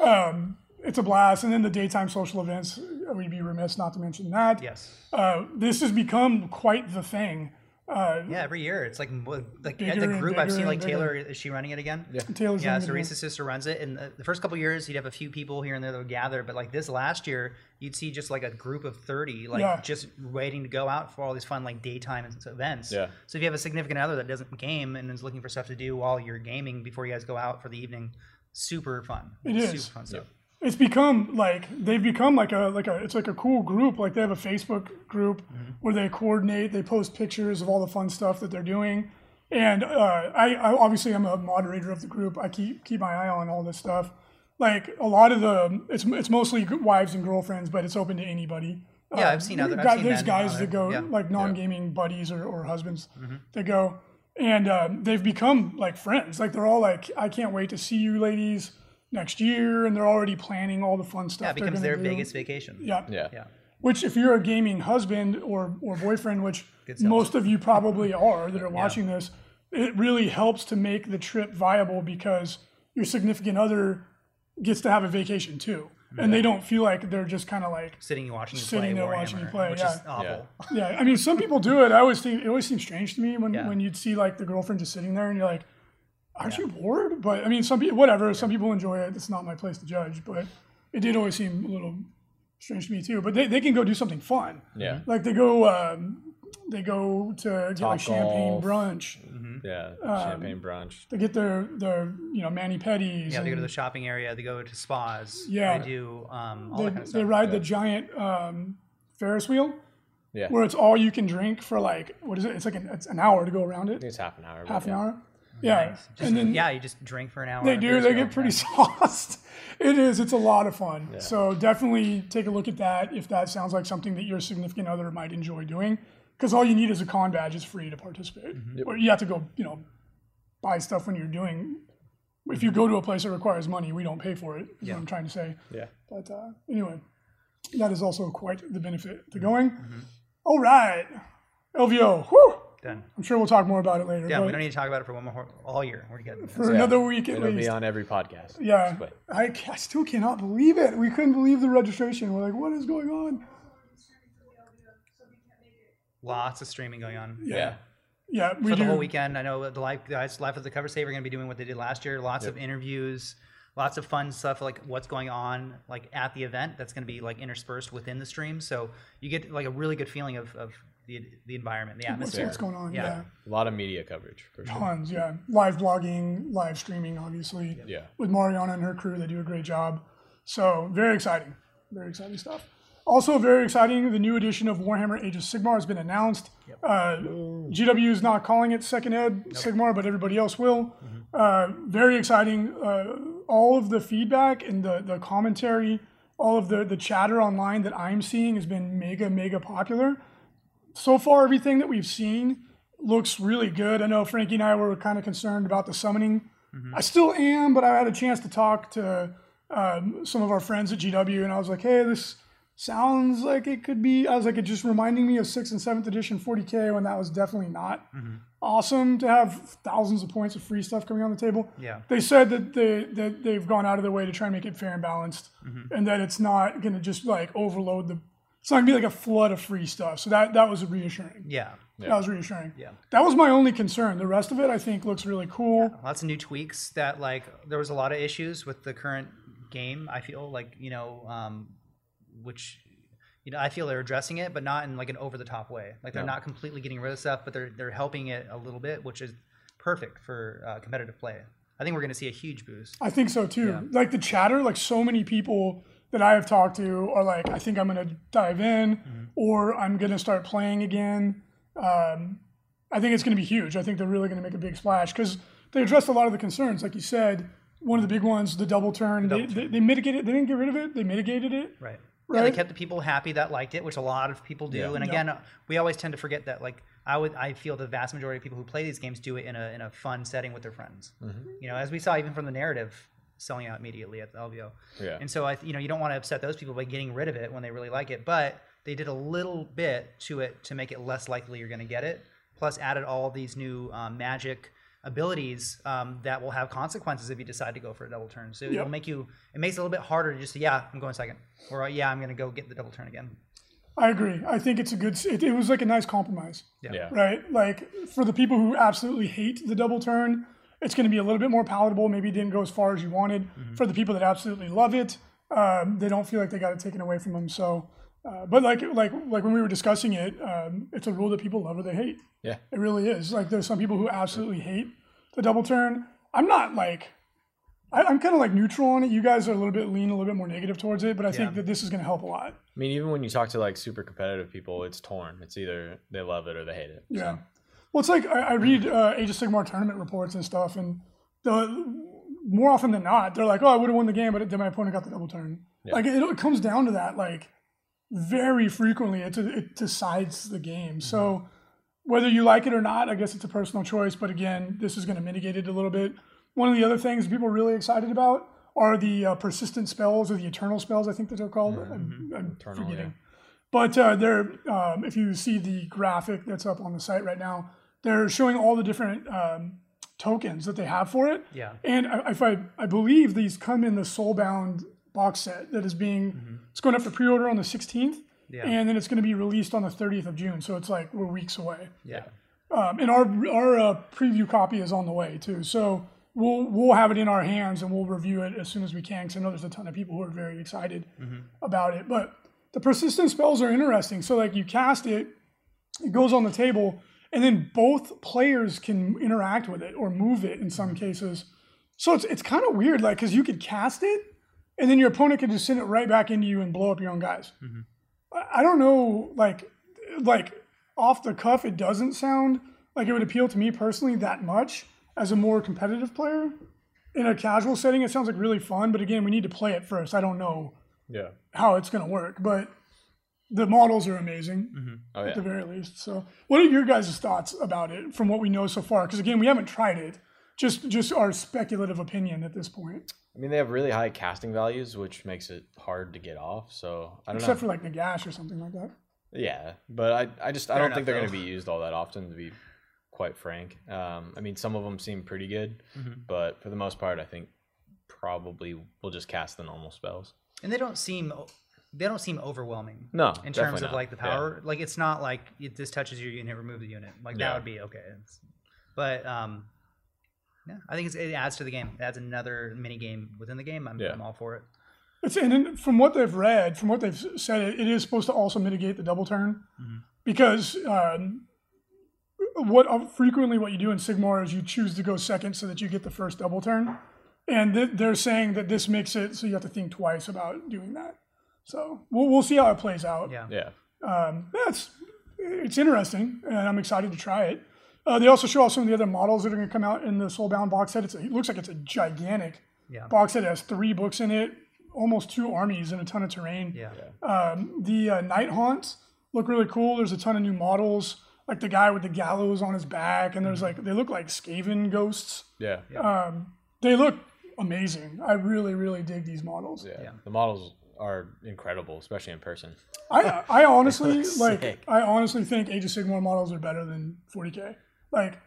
[SPEAKER 1] Um, it's a blast, and then the daytime social events. uh, We'd be remiss not to mention that.
[SPEAKER 3] Yes.
[SPEAKER 1] Uh, this has become quite the thing. Uh,
[SPEAKER 3] Yeah, every year it's like mo- like at
[SPEAKER 1] Bigger
[SPEAKER 3] the
[SPEAKER 1] and
[SPEAKER 3] group I've
[SPEAKER 1] bigger
[SPEAKER 3] seen
[SPEAKER 1] and
[SPEAKER 3] like
[SPEAKER 1] bigger.
[SPEAKER 3] Taylor is she running it again? Yeah.
[SPEAKER 1] Taylor's
[SPEAKER 3] Yeah,
[SPEAKER 1] running
[SPEAKER 3] so
[SPEAKER 1] it again.
[SPEAKER 3] Reese's sister runs it, and the, the first couple years he'd have a few people here and there that would gather, but like this last year, you'd see just like a group of thirty, like
[SPEAKER 1] Yeah.
[SPEAKER 3] just waiting to go out for all these fun like daytime s- events.
[SPEAKER 2] Yeah.
[SPEAKER 3] So if you have a significant other that doesn't game and is looking for stuff to do while you're gaming before you guys go out for the evening, super fun.
[SPEAKER 1] It
[SPEAKER 3] It's
[SPEAKER 1] is.
[SPEAKER 3] super fun stuff.
[SPEAKER 1] it's become like they've become like a like a it's like a cool group like they have a facebook group where they coordinate they post pictures of all the fun stuff that they're doing and uh, I, I obviously i'm a moderator of the group i keep keep my eye on all this stuff like a lot of the it's it's mostly wives and girlfriends but it's open to anybody
[SPEAKER 3] Yeah, I've seen other- I've
[SPEAKER 1] guy-
[SPEAKER 3] seen
[SPEAKER 1] there's
[SPEAKER 3] men
[SPEAKER 1] guys
[SPEAKER 3] on
[SPEAKER 1] that
[SPEAKER 3] it,
[SPEAKER 1] go
[SPEAKER 3] yeah. Mm-hmm.
[SPEAKER 1] like non-gaming buddies or, or husbands that go and um, they've become like friends like they're all like i can't wait to see you ladies next year and they're already planning all the fun stuff
[SPEAKER 3] Yeah, it
[SPEAKER 1] they're
[SPEAKER 3] becomes
[SPEAKER 1] gonna
[SPEAKER 3] their
[SPEAKER 1] do.
[SPEAKER 3] Vegas vacation.
[SPEAKER 1] yeah.
[SPEAKER 2] Yeah.
[SPEAKER 3] Yeah.
[SPEAKER 1] which if you're a gaming husband or or boyfriend which
[SPEAKER 3] Good sales.
[SPEAKER 1] most of you probably are that are watching this it really helps to make the trip viable because your significant other gets to have a vacation too and they don't feel like they're just kind of like
[SPEAKER 3] Sitting and watching you
[SPEAKER 1] Sitting
[SPEAKER 3] play
[SPEAKER 1] there
[SPEAKER 3] Warhammer,
[SPEAKER 1] watching you play,
[SPEAKER 3] which is
[SPEAKER 1] yeah.
[SPEAKER 3] awful.
[SPEAKER 1] yeah, I mean, some people do it. I always think it always seems strange to me when,
[SPEAKER 3] Yeah.
[SPEAKER 1] when you'd see like the girlfriend just sitting there and you're like, aren't you bored? But I mean, some people, whatever, some people enjoy it. It's not my place to judge, but it did always seem a little strange to me too. But they, they can go do something fun.
[SPEAKER 2] Yeah.
[SPEAKER 1] Like they go, um, they go to get like
[SPEAKER 2] Top
[SPEAKER 1] champagne
[SPEAKER 2] golf.
[SPEAKER 1] brunch.
[SPEAKER 3] Mm-hmm.
[SPEAKER 2] Yeah.
[SPEAKER 1] Um,
[SPEAKER 2] Champagne brunch.
[SPEAKER 1] They get their, their, you know, mani pedis.
[SPEAKER 3] Yeah, they go to
[SPEAKER 1] and
[SPEAKER 3] the shopping area. They go to spas.
[SPEAKER 1] Yeah.
[SPEAKER 3] they do um, all
[SPEAKER 1] they,
[SPEAKER 3] that kind of
[SPEAKER 1] they
[SPEAKER 3] stuff.
[SPEAKER 1] ride the giant, um, Ferris wheel
[SPEAKER 2] Yeah.
[SPEAKER 1] where it's all you can drink for like, what is it? It's like an, it's an hour to go around it.
[SPEAKER 2] I think it's half an hour. but
[SPEAKER 1] half an
[SPEAKER 2] yeah.
[SPEAKER 1] hour. Yeah,
[SPEAKER 3] Just-
[SPEAKER 1] and then
[SPEAKER 3] yeah, you just drink for an hour.
[SPEAKER 1] they
[SPEAKER 3] on a
[SPEAKER 1] do.
[SPEAKER 3] beer
[SPEAKER 1] They
[SPEAKER 3] trail.
[SPEAKER 1] get pretty sauced. It is. It's a lot of fun. So definitely take a look at that if that sounds like something that your significant other might enjoy doing. Because all you need is a con badge. It's free to participate.
[SPEAKER 3] Mm-hmm.
[SPEAKER 1] Or you have to go, you know, buy stuff when you're doing. If you go to a place that requires money, we don't pay for it. Is
[SPEAKER 3] Yeah.
[SPEAKER 1] what I'm trying to say.
[SPEAKER 2] Yeah.
[SPEAKER 1] But uh, anyway, that is also quite the benefit to going.
[SPEAKER 3] Mm-hmm.
[SPEAKER 1] All right, LVO. Whew.
[SPEAKER 3] Done.
[SPEAKER 1] I'm sure we'll talk more about it later.
[SPEAKER 3] Yeah,
[SPEAKER 1] but
[SPEAKER 3] we don't need to talk about it for one more all year. We're good.
[SPEAKER 1] for another week at
[SPEAKER 2] It'll
[SPEAKER 1] least.
[SPEAKER 2] be on every podcast.
[SPEAKER 1] Yeah,
[SPEAKER 2] But-
[SPEAKER 1] I, ca- I still cannot believe it. We couldn't believe the registration. We're like, what is going on?
[SPEAKER 3] Lots of streaming going on
[SPEAKER 2] Yeah.
[SPEAKER 1] Yeah, we
[SPEAKER 3] for
[SPEAKER 1] do.
[SPEAKER 3] the whole weekend. I know the life guys, life of the cover saver, are going to be doing what they did last year. Lots of interviews, lots of fun stuff like what's going on like at the event. That's going to be like interspersed within the stream, so you get like a really good feeling of, of the the environment, the
[SPEAKER 1] What's,
[SPEAKER 3] atmosphere.
[SPEAKER 1] what's going on?
[SPEAKER 3] Yeah.
[SPEAKER 1] Yeah.
[SPEAKER 2] A lot of media coverage for sure.
[SPEAKER 1] tons. Yeah, live blogging, live streaming, obviously.
[SPEAKER 2] Yeah.
[SPEAKER 1] With Mariana and her crew, they do a great job. So very exciting, very exciting stuff. Also very exciting, the new edition of Warhammer Age of Sigmar has been announced. Uh, GW is not calling it Second Ed Sigmar, but everybody else will. Uh, very exciting. Uh, all of the feedback and the, the commentary, all of the, the chatter online that I'm seeing has been mega, mega popular so far everything that we've seen looks really good. I know Frankie and I were kind of concerned about the summoning. I still am, but I had a chance to talk to um, some of our friends at GW, and I was like, "Hey, this sounds like it could be." I was like, "It just reminding me of sixth and seventh edition 40k when that was definitely not
[SPEAKER 3] Mm-hmm.
[SPEAKER 1] awesome to have thousands of points of free stuff coming on the table."
[SPEAKER 3] Yeah.
[SPEAKER 1] they said that they that they've gone out of their way to try and make it fair and balanced,
[SPEAKER 3] Mm-hmm.
[SPEAKER 1] and that it's not going to just like overload the. It's not going to be like a flood of free stuff. So that that was reassuring.
[SPEAKER 3] Yeah,
[SPEAKER 1] That was reassuring.
[SPEAKER 3] Yeah.
[SPEAKER 1] That was my only concern. The rest of it, I think, looks really cool.
[SPEAKER 3] lots of new tweaks that like there was a lot of issues with the current game i feel like you know um which you know i feel they're addressing it but not in like an over the top way like they're not completely getting rid of stuff but they're they're helping it a little bit which is perfect for uh, competitive play i think we're going to see a huge boost
[SPEAKER 1] I think so too. Like the chatter, like so many people that I have talked to are like, I think I'm gonna dive in, or I'm gonna start playing again. Um, I think it's gonna be huge. I think they're really gonna make a big splash because they addressed a lot of the concerns, like you said. One of the big ones, the double turn. they, They, they mitigated. They didn't get rid of it. They mitigated it.
[SPEAKER 3] right
[SPEAKER 1] Right.
[SPEAKER 3] yeah, they kept the people happy that liked it which a lot of people do and again uh we always tend to forget that like I would I feel the vast majority of people who play these games do it in a in a fun setting with their friends. You know, as we saw even from the narrative selling out immediately at the LVO.
[SPEAKER 2] Yeah.
[SPEAKER 3] And so I th- you know you don't want to upset those people by getting rid of it when they really like it, but they did a little bit to it to make it less likely you're going to get it. Plus added all these new um, magic abilities um, that will have consequences if you decide to go for a double turn. So
[SPEAKER 1] Yep.
[SPEAKER 3] it'll make you it makes it a little bit harder to just say, yeah, I'm going second, or yeah, I'm going to go get the double turn again.
[SPEAKER 1] I agree. I think it's a good. s- It, it was like a nice compromise,
[SPEAKER 2] Yeah.
[SPEAKER 1] right? Like for the people who absolutely hate the double turn, it's going to be a little bit more palatable. Maybe it didn't go as far as you wanted. For the people that absolutely love it, um, they don't feel like they got it taken away from them. So, uh, but like like like when we were discussing it, um, it's a rule that people love or they hate.
[SPEAKER 2] Yeah.
[SPEAKER 1] It really is. Like there's some people who absolutely hate the double turn. I'm not like I, I'm kind of like neutral on it. You guys are a little bit lean, a little bit more negative towards it, but I think
[SPEAKER 3] Yeah.
[SPEAKER 1] that this is going to help a lot.
[SPEAKER 2] I mean, even when you talk to like super competitive people, it's torn. It's either they love it or they hate it.
[SPEAKER 1] Yeah. Well, it's like I, I read uh, Age of Sigmar tournament reports and stuff, and the more often than not, they're like, "Oh, I would have won the game, but then my opponent got the double turn." Like it, it comes down to that. Like very frequently, it, it decides the game. So
[SPEAKER 2] Mm-hmm.
[SPEAKER 1] whether you like it or not, I guess it's a personal choice. But again, this is going to mitigate it a little bit. One of the other things people are really excited about are the uh, persistent spells or the eternal spells. I think that they're called. I'm, I'm
[SPEAKER 2] Mm-hmm. Eternal,
[SPEAKER 1] forgetting.
[SPEAKER 2] yeah.
[SPEAKER 1] But uh, they're, um, if you see the graphic that's up on the site right now, they're showing all the different um, tokens that they have for it.
[SPEAKER 3] Yeah.
[SPEAKER 1] And I, if I, I believe these come in the Soulbound box set that is being, it's going up for pre-order on the 16th.
[SPEAKER 3] Mm-hmm. Yeah.
[SPEAKER 1] And then it's going to be released on the 30th of June. So it's like we're weeks away.
[SPEAKER 3] Yeah.
[SPEAKER 1] Um, and our our uh, preview copy is on the way too. So we'll we'll have it in our hands and we'll review it as soon as we can. Because I know there's a ton of people who are very excited about it. But the persistent spells are interesting. So like you cast it, it goes on the table, and then both players can interact with it or move it in some cases. So it's it's kind of weird, like because you could cast it, and then your opponent could just send it right back into you and blow up your own guys. I- I don't know, like, like off the cuff, it doesn't sound like it would appeal to me personally that much as a more competitive player. In a casual setting, it sounds like really fun, but again, we need to play it first. I don't know
[SPEAKER 2] Yeah.
[SPEAKER 1] how it's going to work, but the models are amazing
[SPEAKER 3] Mm-hmm.
[SPEAKER 2] Oh
[SPEAKER 1] at the
[SPEAKER 2] yeah.
[SPEAKER 1] very least. So, what are your guys' thoughts about it from what we know so far? Because again, we haven't tried it. Just, just our speculative opinion at this point,
[SPEAKER 2] I mean, they have really high casting values, which makes it hard to get off. So I don't know.
[SPEAKER 1] except for like Nagash or something like that.
[SPEAKER 2] Yeah, but I, I just I don't
[SPEAKER 3] enough,
[SPEAKER 2] think they're going
[SPEAKER 3] though.
[SPEAKER 2] to be used all that often, to be quite frank. Um, I mean, some of them seem pretty good,
[SPEAKER 3] Mm-hmm.
[SPEAKER 2] but for the most part, I think probably we'll just cast the normal spells.
[SPEAKER 3] and they don't seem they don't seem overwhelming.
[SPEAKER 2] No,
[SPEAKER 3] in
[SPEAKER 2] definitely
[SPEAKER 3] terms of
[SPEAKER 2] not.
[SPEAKER 3] like the
[SPEAKER 2] Yeah.
[SPEAKER 3] power, like it's not like it, this touches your unit, remove the unit. Like that
[SPEAKER 2] Yeah.
[SPEAKER 3] would be okay. It's- but um, yeah, I think it's, it adds to the game. It adds another mini game within the game. I'm,
[SPEAKER 2] Yeah.
[SPEAKER 3] I'm all for it.
[SPEAKER 1] It's and then from what they've read, from what they've s- said, it, it is supposed to also mitigate the double turn because um, what uh, frequently what you do in Sigmar is you choose to go second so that you get the first double turn, and th- they're saying that this makes it so you have to think twice about doing that. So we'll we'll see how it plays out.
[SPEAKER 3] Yeah.
[SPEAKER 2] Yeah,
[SPEAKER 1] Um, yeah, it's it's interesting, and I'm excited to try it. Uh, they also show off some of the other models that are going to come out in the Soulbound box set. It's a, it looks like it's a gigantic
[SPEAKER 3] Yeah.
[SPEAKER 1] box set. It has three books in it, almost two armies, and a ton of terrain.
[SPEAKER 3] Yeah.
[SPEAKER 1] Um, the uh, Night Haunts look really cool. There's a ton of new models, like the guy with the gallows on his back, and
[SPEAKER 2] Mm-hmm.
[SPEAKER 1] there's like they look like Skaven ghosts.
[SPEAKER 2] yeah, yeah.
[SPEAKER 1] Uh, They look amazing. I really, really dig these models.
[SPEAKER 2] The models are incredible, especially in person.
[SPEAKER 1] I I honestly like
[SPEAKER 2] sick.
[SPEAKER 1] I honestly think Age of Sigmar models are better than 40k. Like,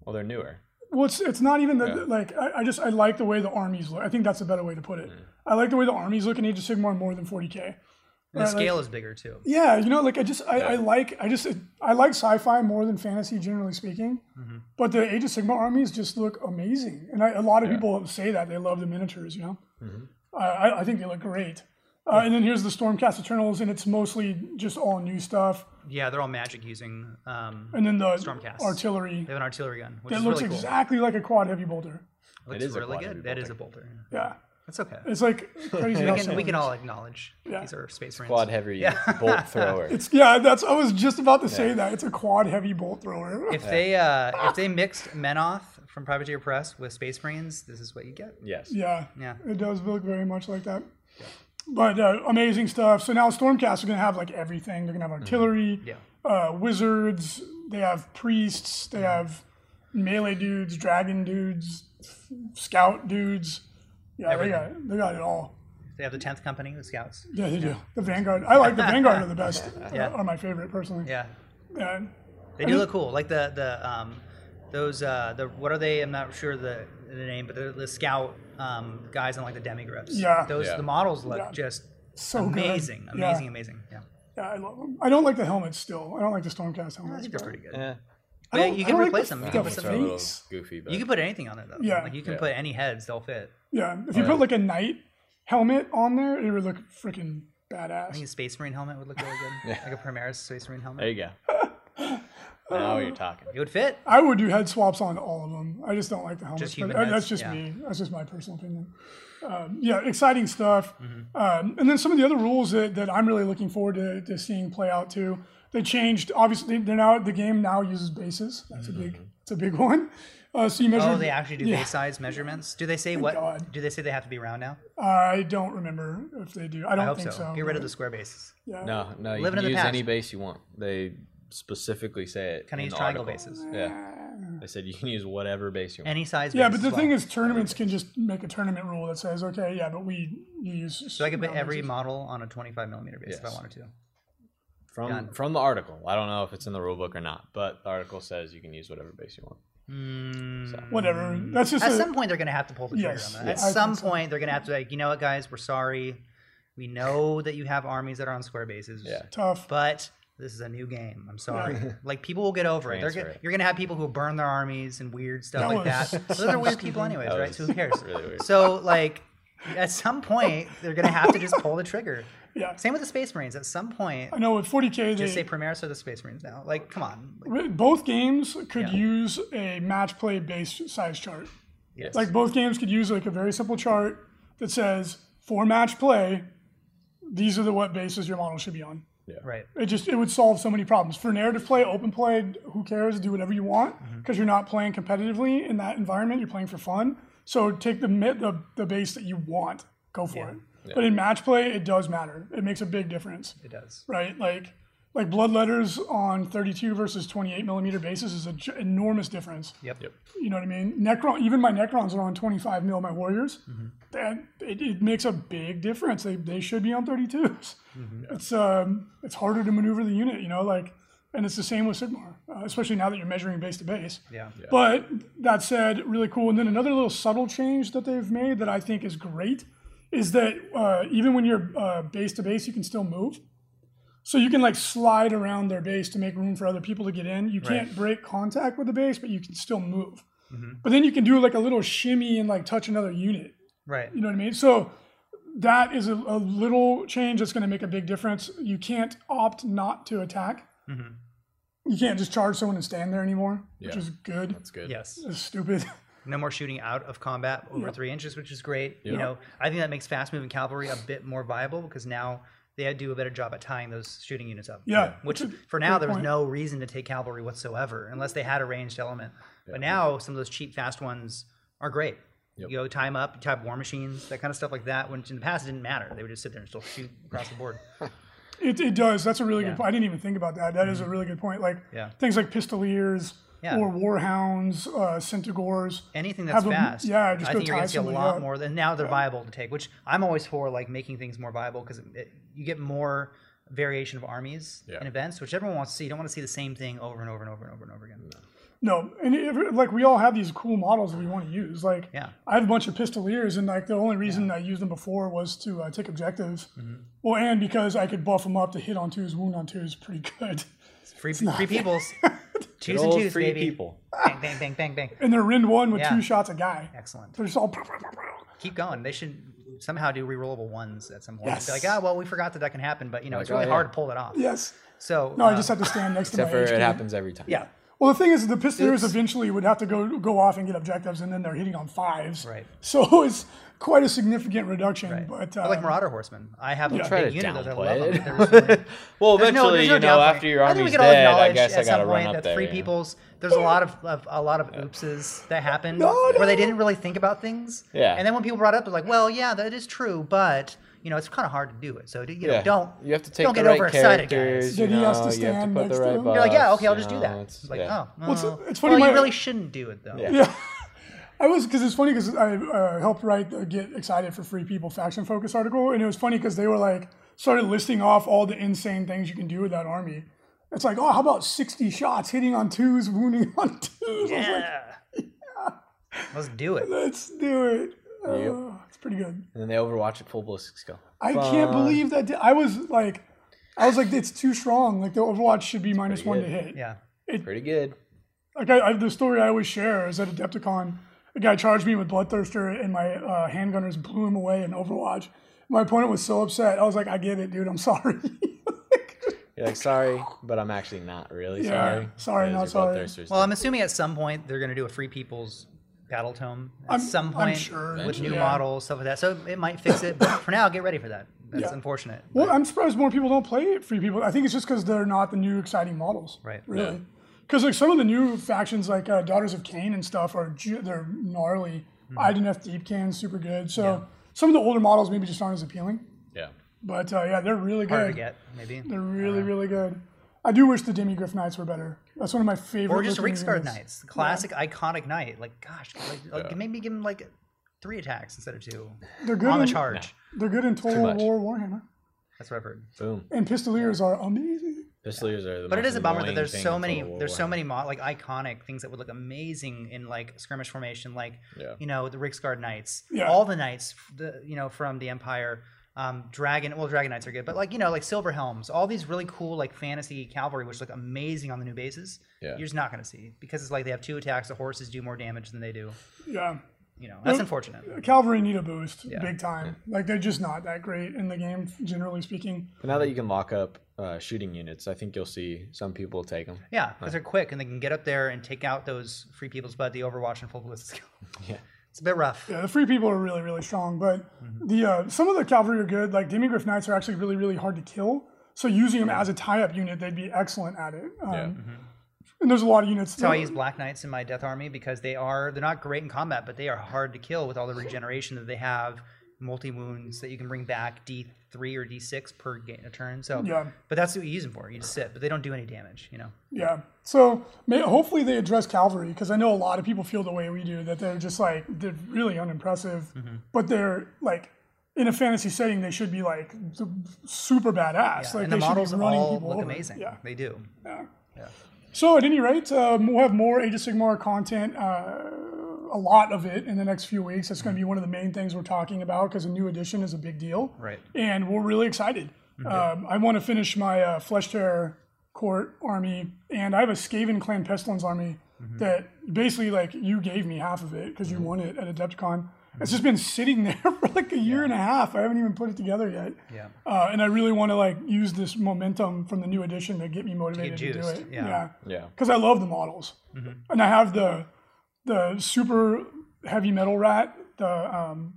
[SPEAKER 2] Well, they're newer.
[SPEAKER 1] well, it's it's not even that.
[SPEAKER 2] Yeah.
[SPEAKER 1] Like, I, I just I like the way the armies look. I think that's a better way to put it.
[SPEAKER 2] Mm.
[SPEAKER 1] I like the way the armies look in Age of Sigmar more than 40k.
[SPEAKER 3] And the
[SPEAKER 1] Right, like-
[SPEAKER 3] scale is bigger too.
[SPEAKER 1] Yeah, you know, like I just I, I like I just I like sci-fi more than fantasy, generally speaking.
[SPEAKER 3] Mm-hmm.
[SPEAKER 1] But the Age of Sigma armies just look amazing, and I, a lot of people say that they love the miniatures. You know,
[SPEAKER 3] Mm-hmm.
[SPEAKER 1] I I, I think they look great. Uh, and then here's the Stormcast Eternals, and it's mostly just all new stuff.
[SPEAKER 3] Yeah, they're all magic using. Um,
[SPEAKER 1] And then the
[SPEAKER 3] Stormcast.
[SPEAKER 1] artillery.
[SPEAKER 3] they have an artillery gun, which
[SPEAKER 1] It
[SPEAKER 3] is
[SPEAKER 1] looks
[SPEAKER 3] really cool.
[SPEAKER 1] exactly like a quad heavy boulder.
[SPEAKER 3] looks
[SPEAKER 2] is a
[SPEAKER 3] really
[SPEAKER 2] quad heavy
[SPEAKER 3] good. That
[SPEAKER 2] bolter.
[SPEAKER 3] is a bolter. yeah.
[SPEAKER 1] Yeah,
[SPEAKER 3] That's okay.
[SPEAKER 1] it's like crazy.
[SPEAKER 3] We
[SPEAKER 1] how
[SPEAKER 3] can, we
[SPEAKER 1] similar
[SPEAKER 3] can
[SPEAKER 1] it is.
[SPEAKER 3] all acknowledge
[SPEAKER 1] Yeah.
[SPEAKER 3] these are space marines.
[SPEAKER 2] Quad heavy bolt thrower.
[SPEAKER 1] It's yeah. That's I was just about to say that it's a quad heavy bolt thrower.
[SPEAKER 3] If they uh, if they mixed Menoth from Privateer Press with Space Marines, this is what you get.
[SPEAKER 2] yes.
[SPEAKER 1] yeah.
[SPEAKER 3] Yeah.
[SPEAKER 1] It does look very much like that. But uh,
[SPEAKER 3] Mm-hmm.
[SPEAKER 1] amazing stuff. So now Stormcast are going to have like everything. They're going to have artillery,
[SPEAKER 3] Yeah.
[SPEAKER 1] uh, wizards, They have priests.
[SPEAKER 3] Mm-hmm.
[SPEAKER 1] They have melee dudes, dragon dudes, scout dudes. Yeah,
[SPEAKER 3] Everything.
[SPEAKER 1] they got they got it all.
[SPEAKER 3] They have the tenth company, the scouts.
[SPEAKER 1] Yeah, they do. The Vanguard. I like the Vanguard are the best.
[SPEAKER 3] Yeah.
[SPEAKER 1] Are my favorite personally.
[SPEAKER 3] Yeah,
[SPEAKER 1] Yeah.
[SPEAKER 3] they do look cool. Like the the um, those uh, the what are they? I'm not sure the the name, but the, the scout um, guys on like the demigriffs.
[SPEAKER 1] Yeah.
[SPEAKER 3] those
[SPEAKER 2] Yeah.
[SPEAKER 3] the models look
[SPEAKER 1] Yeah.
[SPEAKER 3] just
[SPEAKER 1] So good.
[SPEAKER 3] amazing,
[SPEAKER 1] Yeah.
[SPEAKER 3] amazing, amazing. Yeah,
[SPEAKER 1] Yeah, I love them. I don't like the helmets still. I don't like the Stormcast helmets.
[SPEAKER 3] I think they're pretty good.
[SPEAKER 2] Yeah.
[SPEAKER 1] I
[SPEAKER 3] Yeah,
[SPEAKER 1] don't-
[SPEAKER 3] you
[SPEAKER 1] I
[SPEAKER 3] can
[SPEAKER 1] don't like
[SPEAKER 3] replace
[SPEAKER 1] the
[SPEAKER 3] them. You
[SPEAKER 1] f-
[SPEAKER 3] can
[SPEAKER 1] the
[SPEAKER 3] put
[SPEAKER 2] Helmets are a little
[SPEAKER 1] face.
[SPEAKER 2] goofy, but
[SPEAKER 3] You can put anything on it though.
[SPEAKER 1] Yeah.
[SPEAKER 3] like you can
[SPEAKER 2] Yeah.
[SPEAKER 3] put any heads, they'll fit.
[SPEAKER 1] Yeah, if you
[SPEAKER 2] Oh,
[SPEAKER 1] put
[SPEAKER 2] yeah.
[SPEAKER 1] like a knight helmet on there, it would look freaking
[SPEAKER 3] I think a
[SPEAKER 1] badass.
[SPEAKER 3] space marine helmet would look really good,
[SPEAKER 2] Yeah.
[SPEAKER 3] like a Primaris space marine helmet.
[SPEAKER 2] there you go. now you're talking.
[SPEAKER 3] It would fit.
[SPEAKER 1] I would do head swaps on all of them. I just don't like the helmets.
[SPEAKER 3] Just human
[SPEAKER 1] but, uh,
[SPEAKER 3] heads,
[SPEAKER 1] that's just
[SPEAKER 3] yeah.
[SPEAKER 1] me. That's just my personal opinion. Um, yeah, exciting stuff.
[SPEAKER 3] Mm-hmm.
[SPEAKER 1] Um, and then some of the other rules that, that I'm really looking forward to, to seeing play out too. They changed. Obviously, they're now the game now uses bases. That's a big. It's a big one. Uh, so you measure.
[SPEAKER 3] Mm-hmm. Oh, they actually do
[SPEAKER 1] Yeah.
[SPEAKER 3] base size measurements. Do they say what?
[SPEAKER 1] God.
[SPEAKER 3] Do they say they have to be round now?
[SPEAKER 1] I don't remember if they do. I don't
[SPEAKER 3] I hope so.
[SPEAKER 1] think so.
[SPEAKER 3] Get rid of
[SPEAKER 1] but-
[SPEAKER 3] the square bases.
[SPEAKER 1] Yeah.
[SPEAKER 2] No, no, you
[SPEAKER 3] Living
[SPEAKER 2] can
[SPEAKER 3] in the
[SPEAKER 2] use
[SPEAKER 3] past.
[SPEAKER 2] any base you want. They specifically say it.
[SPEAKER 3] Can I
[SPEAKER 2] in
[SPEAKER 3] use
[SPEAKER 2] the
[SPEAKER 3] triangle
[SPEAKER 2] article.
[SPEAKER 3] bases?
[SPEAKER 2] Yeah. They said you can use whatever base you want.
[SPEAKER 3] Any size.
[SPEAKER 1] Yeah,
[SPEAKER 3] base
[SPEAKER 1] but
[SPEAKER 3] as
[SPEAKER 1] the
[SPEAKER 3] well.
[SPEAKER 1] thing is, tournaments can just make a tournament rule that says, okay, yeah, but we you use.
[SPEAKER 3] so I could put every model on a 25 millimeter base if I
[SPEAKER 2] Yes.
[SPEAKER 3] wanted to.
[SPEAKER 2] From
[SPEAKER 3] Done.
[SPEAKER 2] from the article. I don't know if it's in the rule book or not, but the article says you can use whatever base you want. Hmm.
[SPEAKER 1] Whatever. That's just.
[SPEAKER 3] At
[SPEAKER 1] a-
[SPEAKER 3] some point, they're going to have to pull the trigger
[SPEAKER 1] Yes,
[SPEAKER 3] on that.
[SPEAKER 1] yeah,
[SPEAKER 3] At
[SPEAKER 1] I
[SPEAKER 3] some
[SPEAKER 1] think so.
[SPEAKER 3] point, they're going to have to like, you know what, guys, we're sorry. We know that you have armies that are on square bases.
[SPEAKER 2] Yeah.
[SPEAKER 1] tough.
[SPEAKER 3] But this is a new game. I'm sorry. Like people will get over it. They're
[SPEAKER 2] Transfer
[SPEAKER 3] gonna-
[SPEAKER 2] it.
[SPEAKER 3] You're going to have people who burn their armies and weird stuff
[SPEAKER 1] That
[SPEAKER 3] like that.
[SPEAKER 1] was
[SPEAKER 3] Those are weird people, anyways,
[SPEAKER 2] That
[SPEAKER 3] right?
[SPEAKER 2] was
[SPEAKER 3] So who cares?
[SPEAKER 2] really weird.
[SPEAKER 3] So like, at some point, they're going to have to just pull the trigger.
[SPEAKER 1] Yeah.
[SPEAKER 3] Same with the Space Marines. At some point,
[SPEAKER 1] I know with 40k,
[SPEAKER 3] just say
[SPEAKER 1] they,
[SPEAKER 3] Primaris or the Space Marines now. Like, come on. Like,
[SPEAKER 1] both games could
[SPEAKER 3] Yeah.
[SPEAKER 1] use a match play based size chart.
[SPEAKER 3] yes.
[SPEAKER 1] Like both games could use like a very simple chart that says for match play, these are the what bases your model should be on.
[SPEAKER 3] right.
[SPEAKER 1] It just it would solve so many problems for narrative play, open play. Who cares? Do whatever you want because you're not playing competitively in that environment. You're playing for fun. So take the mi- the, the base that you want. Go for it. But in match play, it does matter. It makes a big difference,
[SPEAKER 3] It does.
[SPEAKER 1] right? Like like blood letters on 32 versus 28 millimeter bases is an enormous difference.
[SPEAKER 3] Yep.
[SPEAKER 1] You know what I mean? Necron. Even my Necrons are on 25 mil. My warriors. That it, it makes a big difference. They they should be on 32s it's um, it's harder to maneuver the unit, you know, like, and it's the same with Sigmar, uh, especially now that you're measuring base to base.
[SPEAKER 3] Yeah.
[SPEAKER 1] But that said, really cool. And then another little subtle change that they've made that I think is great is that uh, even when you're uh, base to base, you can still move. So you can like slide around their base to make room for other people to get in. You can't break contact with the base, but you can still move. But then you can do like a little shimmy and like touch another unit.
[SPEAKER 3] Right.
[SPEAKER 1] You know what I mean? So that is a, a little change that's going to make a big difference. You can't opt not to attack. You can't just charge someone and stand there anymore, which
[SPEAKER 2] Yeah.
[SPEAKER 1] is good.
[SPEAKER 2] That's good.
[SPEAKER 3] Yes.
[SPEAKER 1] It's stupid.
[SPEAKER 3] No more shooting out of combat over three inches, which is great. You
[SPEAKER 2] Yeah.
[SPEAKER 3] know, I think that makes fast moving cavalry a bit more viable because now they do a better job at tying those shooting units up.
[SPEAKER 1] Yeah,
[SPEAKER 3] Which
[SPEAKER 1] that's a
[SPEAKER 3] for now
[SPEAKER 1] good
[SPEAKER 3] there was
[SPEAKER 1] point.
[SPEAKER 3] no reason to take cavalry whatsoever unless they had a ranged element. But now some of those cheap fast ones are great. You know, time up, type war machines, that kind of stuff like that. Which in the past it didn't matter. They would just sit there and still shoot across the board.
[SPEAKER 1] It, it does. That's a really
[SPEAKER 3] Yeah. Mm-hmm.
[SPEAKER 1] good point. I didn't even think about that. That is a really good point. Like
[SPEAKER 3] Yeah.
[SPEAKER 1] things like pistoliers
[SPEAKER 3] Yeah.
[SPEAKER 1] or warhounds, uh, centigores.
[SPEAKER 3] anything that's
[SPEAKER 1] Have them-
[SPEAKER 3] fast.
[SPEAKER 1] yeah, just
[SPEAKER 3] I
[SPEAKER 1] go
[SPEAKER 3] think you're gonna
[SPEAKER 1] tie
[SPEAKER 3] see a
[SPEAKER 1] somebody
[SPEAKER 3] lot
[SPEAKER 1] up.
[SPEAKER 3] more. And now they're viable to take, which I'm always for, like making things more viable because it, it- you get more variation of armies
[SPEAKER 2] Yeah.
[SPEAKER 3] and events, which everyone wants to see. You don't want to see the same thing over and over and over and over and over again.
[SPEAKER 1] No, and it, like we all have these cool models that we want to use. Like
[SPEAKER 3] Yeah.
[SPEAKER 1] I have a bunch of pistoliers, and like the only reason I used them before was to uh, take objectives.
[SPEAKER 3] Mm-hmm.
[SPEAKER 1] Well, and because I could buff them up to hit on twos, wound on twos, pretty good.
[SPEAKER 3] It's free, free peoples,
[SPEAKER 2] Good
[SPEAKER 3] twos and
[SPEAKER 2] old
[SPEAKER 3] twos,
[SPEAKER 2] free
[SPEAKER 3] baby.
[SPEAKER 2] people.
[SPEAKER 3] Bang, bang, bang, bang, bang.
[SPEAKER 1] And they're rend one with
[SPEAKER 3] Yeah.
[SPEAKER 1] two shots a guy.
[SPEAKER 3] Excellent.
[SPEAKER 1] They're just all.
[SPEAKER 3] Keep going. They should somehow do rerollable ones at some point.
[SPEAKER 1] Yes.
[SPEAKER 3] Be like, oh, well, we forgot that that can happen, but you know, it's
[SPEAKER 2] Like, oh,
[SPEAKER 3] really
[SPEAKER 2] yeah.
[SPEAKER 3] hard to pull that off.
[SPEAKER 1] Yes.
[SPEAKER 3] So
[SPEAKER 1] No, I
[SPEAKER 3] uh,
[SPEAKER 1] just have to stand next to my
[SPEAKER 2] Except for it
[SPEAKER 1] HP.
[SPEAKER 2] happens every time.
[SPEAKER 3] yeah,
[SPEAKER 1] Well, the thing is, the pistoliers eventually would have to go go off and get objectives, and then they're hitting on fives.
[SPEAKER 3] Right.
[SPEAKER 1] So it's quite a significant reduction. But
[SPEAKER 3] I
[SPEAKER 1] uh,
[SPEAKER 3] like Marauder Horsemen. I have a
[SPEAKER 1] Yeah.
[SPEAKER 2] Try
[SPEAKER 3] big
[SPEAKER 2] to
[SPEAKER 3] unit of those. I
[SPEAKER 2] downplay
[SPEAKER 3] love them.
[SPEAKER 2] it.
[SPEAKER 3] They're really-
[SPEAKER 2] Well, eventually,
[SPEAKER 3] There's no- there's no
[SPEAKER 2] you know,
[SPEAKER 3] downplaying.
[SPEAKER 2] after your
[SPEAKER 3] I think we
[SPEAKER 2] army's
[SPEAKER 3] can all
[SPEAKER 2] dead, I
[SPEAKER 3] acknowledge
[SPEAKER 2] guess I
[SPEAKER 3] at some
[SPEAKER 2] gotta
[SPEAKER 3] point
[SPEAKER 2] run up
[SPEAKER 3] that
[SPEAKER 2] there.
[SPEAKER 3] free
[SPEAKER 2] you know?
[SPEAKER 3] peoples. There's a lot of, of a lot of oopses that happened
[SPEAKER 1] No,
[SPEAKER 3] where they
[SPEAKER 1] no.
[SPEAKER 3] didn't really think about things.
[SPEAKER 2] Yeah.
[SPEAKER 3] And then when people brought it up, they're like, "Well, yeah, that is true, but you know, it's kind of hard to do it. So you know,
[SPEAKER 2] yeah.
[SPEAKER 3] don't.
[SPEAKER 2] You have to take
[SPEAKER 3] don't
[SPEAKER 2] the
[SPEAKER 3] get
[SPEAKER 2] right
[SPEAKER 3] overexcited, guys.
[SPEAKER 2] characters.
[SPEAKER 1] Did
[SPEAKER 2] you
[SPEAKER 1] he
[SPEAKER 2] know,
[SPEAKER 1] have to
[SPEAKER 2] you have to
[SPEAKER 1] stand
[SPEAKER 2] put
[SPEAKER 1] next
[SPEAKER 2] the
[SPEAKER 1] to
[SPEAKER 2] right
[SPEAKER 1] him?
[SPEAKER 2] buffs,
[SPEAKER 1] You're
[SPEAKER 3] You're like, yeah, okay, I'll
[SPEAKER 2] you
[SPEAKER 3] just do
[SPEAKER 2] know,
[SPEAKER 3] that.
[SPEAKER 2] it's-
[SPEAKER 3] It's like,
[SPEAKER 2] yeah.
[SPEAKER 3] oh,
[SPEAKER 1] Well, it's-
[SPEAKER 3] well,
[SPEAKER 1] it's funny,
[SPEAKER 3] well,
[SPEAKER 1] my-
[SPEAKER 3] you really shouldn't do it though.
[SPEAKER 2] Yeah.
[SPEAKER 1] Yeah. I was because it's funny because I uh, helped write uh, get excited for Free People faction focus article, and it was funny because they were like started listing off all the insane things you can do with that army. It's like, oh, how about sixty shots, hitting on twos, wounding on twos? I was like,
[SPEAKER 3] Yeah. Let's do it.
[SPEAKER 1] Let's do it.
[SPEAKER 3] "Oh."
[SPEAKER 1] Uh,
[SPEAKER 2] Yep.
[SPEAKER 1] It's pretty good.
[SPEAKER 2] And then they overwatch it full ballistics go.
[SPEAKER 1] I can't
[SPEAKER 2] Fun.
[SPEAKER 1] believe that di- I was like, I was like, it's too strong. Like the Overwatch should be minus one to
[SPEAKER 2] good.
[SPEAKER 1] hit.
[SPEAKER 3] Yeah.
[SPEAKER 2] Pretty good.
[SPEAKER 1] Like I, I, the story I always share is at Adepticon, a guy charged me with Bloodthirster, and my uh, handgunners blew him away in Overwatch. My opponent was so upset. I was like, I get it, dude. I'm sorry.
[SPEAKER 2] You're like, sorry, but I'm actually not really
[SPEAKER 1] Yeah.
[SPEAKER 2] sorry.
[SPEAKER 1] Sorry,
[SPEAKER 2] Because
[SPEAKER 1] not
[SPEAKER 2] your
[SPEAKER 1] sorry.
[SPEAKER 2] bloodthirster's
[SPEAKER 3] Well, I'm assuming at some point they're going to do a Free People's Battle Tome. At
[SPEAKER 1] I'm-
[SPEAKER 3] some
[SPEAKER 1] I'm
[SPEAKER 3] point,
[SPEAKER 1] sure.
[SPEAKER 3] with new
[SPEAKER 1] Eventually.
[SPEAKER 3] models, stuff like that. So it might fix it, but for now, get ready for that. That's
[SPEAKER 1] Yeah.
[SPEAKER 3] unfortunate.
[SPEAKER 1] well, I'm surprised more people don't play it. Free people. I think it's just because they're not the new exciting models.
[SPEAKER 3] Right.
[SPEAKER 1] Really. Because like some of the new factions, like uh, Daughters of Cain and stuff, are ju- they're gnarly.
[SPEAKER 3] Mm-hmm.
[SPEAKER 1] IDNF Deep Can's super good. So some of the older models maybe just aren't as appealing.
[SPEAKER 2] Yeah.
[SPEAKER 1] But uh, yeah, they're really
[SPEAKER 3] Hard to
[SPEAKER 1] good.
[SPEAKER 3] get, maybe.
[SPEAKER 1] They're really, really good. I do wish the Demigriff Knights were better. That's one of my favorite.
[SPEAKER 3] Or just
[SPEAKER 1] looking
[SPEAKER 3] Rigsguard
[SPEAKER 1] units.
[SPEAKER 3] Knights, the classic iconic knight. Like, gosh, like, like,
[SPEAKER 2] Yeah.
[SPEAKER 3] maybe give him like three attacks instead of two
[SPEAKER 1] They're good.
[SPEAKER 3] on the
[SPEAKER 1] In,
[SPEAKER 3] charge.
[SPEAKER 1] They're good in Total
[SPEAKER 2] much.
[SPEAKER 1] War Warhammer.
[SPEAKER 3] That's what I've heard.
[SPEAKER 2] Boom.
[SPEAKER 1] And Pistoliers are amazing.
[SPEAKER 2] Pistoliers are the
[SPEAKER 3] But it
[SPEAKER 2] most
[SPEAKER 3] is a bummer that
[SPEAKER 2] annoying
[SPEAKER 3] there's
[SPEAKER 2] thing
[SPEAKER 3] so
[SPEAKER 2] in
[SPEAKER 3] many
[SPEAKER 2] Total
[SPEAKER 3] there's so
[SPEAKER 2] Warhammer.
[SPEAKER 3] many mo- like iconic things that would look amazing in like skirmish formation, like
[SPEAKER 2] Yeah.
[SPEAKER 3] you know the Rigsguard Knights,
[SPEAKER 1] Yeah.
[SPEAKER 3] all the knights, f- the you know from the Empire, um, Dragon. Well, Dragon Knights are good, but like you know like Silver Helms, all these really cool like fantasy cavalry, which look amazing on the new bases.
[SPEAKER 2] Yeah.
[SPEAKER 3] You're just not gonna see because it's like they have two attacks. The horses do more damage than they do.
[SPEAKER 1] Yeah.
[SPEAKER 3] You know that's unfortunate.
[SPEAKER 1] Cavalry need a boost, big time. Like they're just not that great in the game, generally speaking.
[SPEAKER 2] But now that you can lock up uh, shooting units, I think you'll see some people take them.
[SPEAKER 3] Yeah, because they're quick and they can get up there and take out those free people's butt, the Overwatch and full ballistic skill.
[SPEAKER 2] Yeah.
[SPEAKER 3] It's a bit rough.
[SPEAKER 1] Yeah, the free people are really, really strong, but
[SPEAKER 3] Mm-hmm.
[SPEAKER 1] the uh, some of the cavalry are good. Like Demigriff Knights are actually really, really hard to kill. So using them
[SPEAKER 3] Mm-hmm.
[SPEAKER 1] as a tie-up unit, they'd be excellent at it. Um,
[SPEAKER 2] Yeah.
[SPEAKER 1] And there's a lot of units.
[SPEAKER 3] That's how I use Black Knights in my Death Army because they are they're not great in combat, but they are hard to kill with all the regeneration that they have, multi wounds that you can bring back D three or D six per ga- a turn. So
[SPEAKER 1] Yeah.
[SPEAKER 3] but that's what you use them for. You just sit, but they don't do any damage. You know,
[SPEAKER 1] Yeah. So may, hopefully they address cavalry because I know a lot of people feel the way we do that they're just like they're really unimpressive,
[SPEAKER 3] Mm-hmm.
[SPEAKER 1] but they're like in a fantasy setting they should be like th- super badass. Like
[SPEAKER 3] and
[SPEAKER 1] they
[SPEAKER 3] the
[SPEAKER 1] should be
[SPEAKER 3] models
[SPEAKER 1] running
[SPEAKER 3] all
[SPEAKER 1] people
[SPEAKER 3] look
[SPEAKER 1] over.
[SPEAKER 3] amazing.
[SPEAKER 1] Yeah.
[SPEAKER 3] They do.
[SPEAKER 1] So at any rate, um, we'll have more Age of Sigmar content, uh, a lot of it in the next few weeks. That's going to be one of the main things we're talking about because a new edition is a big deal
[SPEAKER 3] Right.
[SPEAKER 1] and we're really excited.
[SPEAKER 3] Mm-hmm.
[SPEAKER 1] Um, I want to finish my uh, Flesh Terror Court army, and I have a Skaven Clan Pestilence army
[SPEAKER 3] Mm-hmm.
[SPEAKER 1] that basically, like, you gave me half of it because you won it at Adepticon.
[SPEAKER 3] Mm-hmm.
[SPEAKER 1] It's just been sitting there for like a year and a half. I haven't even put it together yet,
[SPEAKER 3] Yeah.
[SPEAKER 1] uh, and I really want to like use this momentum from the new edition to get me motivated to, do
[SPEAKER 3] juiced,
[SPEAKER 1] it.
[SPEAKER 3] yeah. Mm-hmm.
[SPEAKER 2] Yeah.
[SPEAKER 1] because I love the models, and I have the the super heavy metal rat, the um,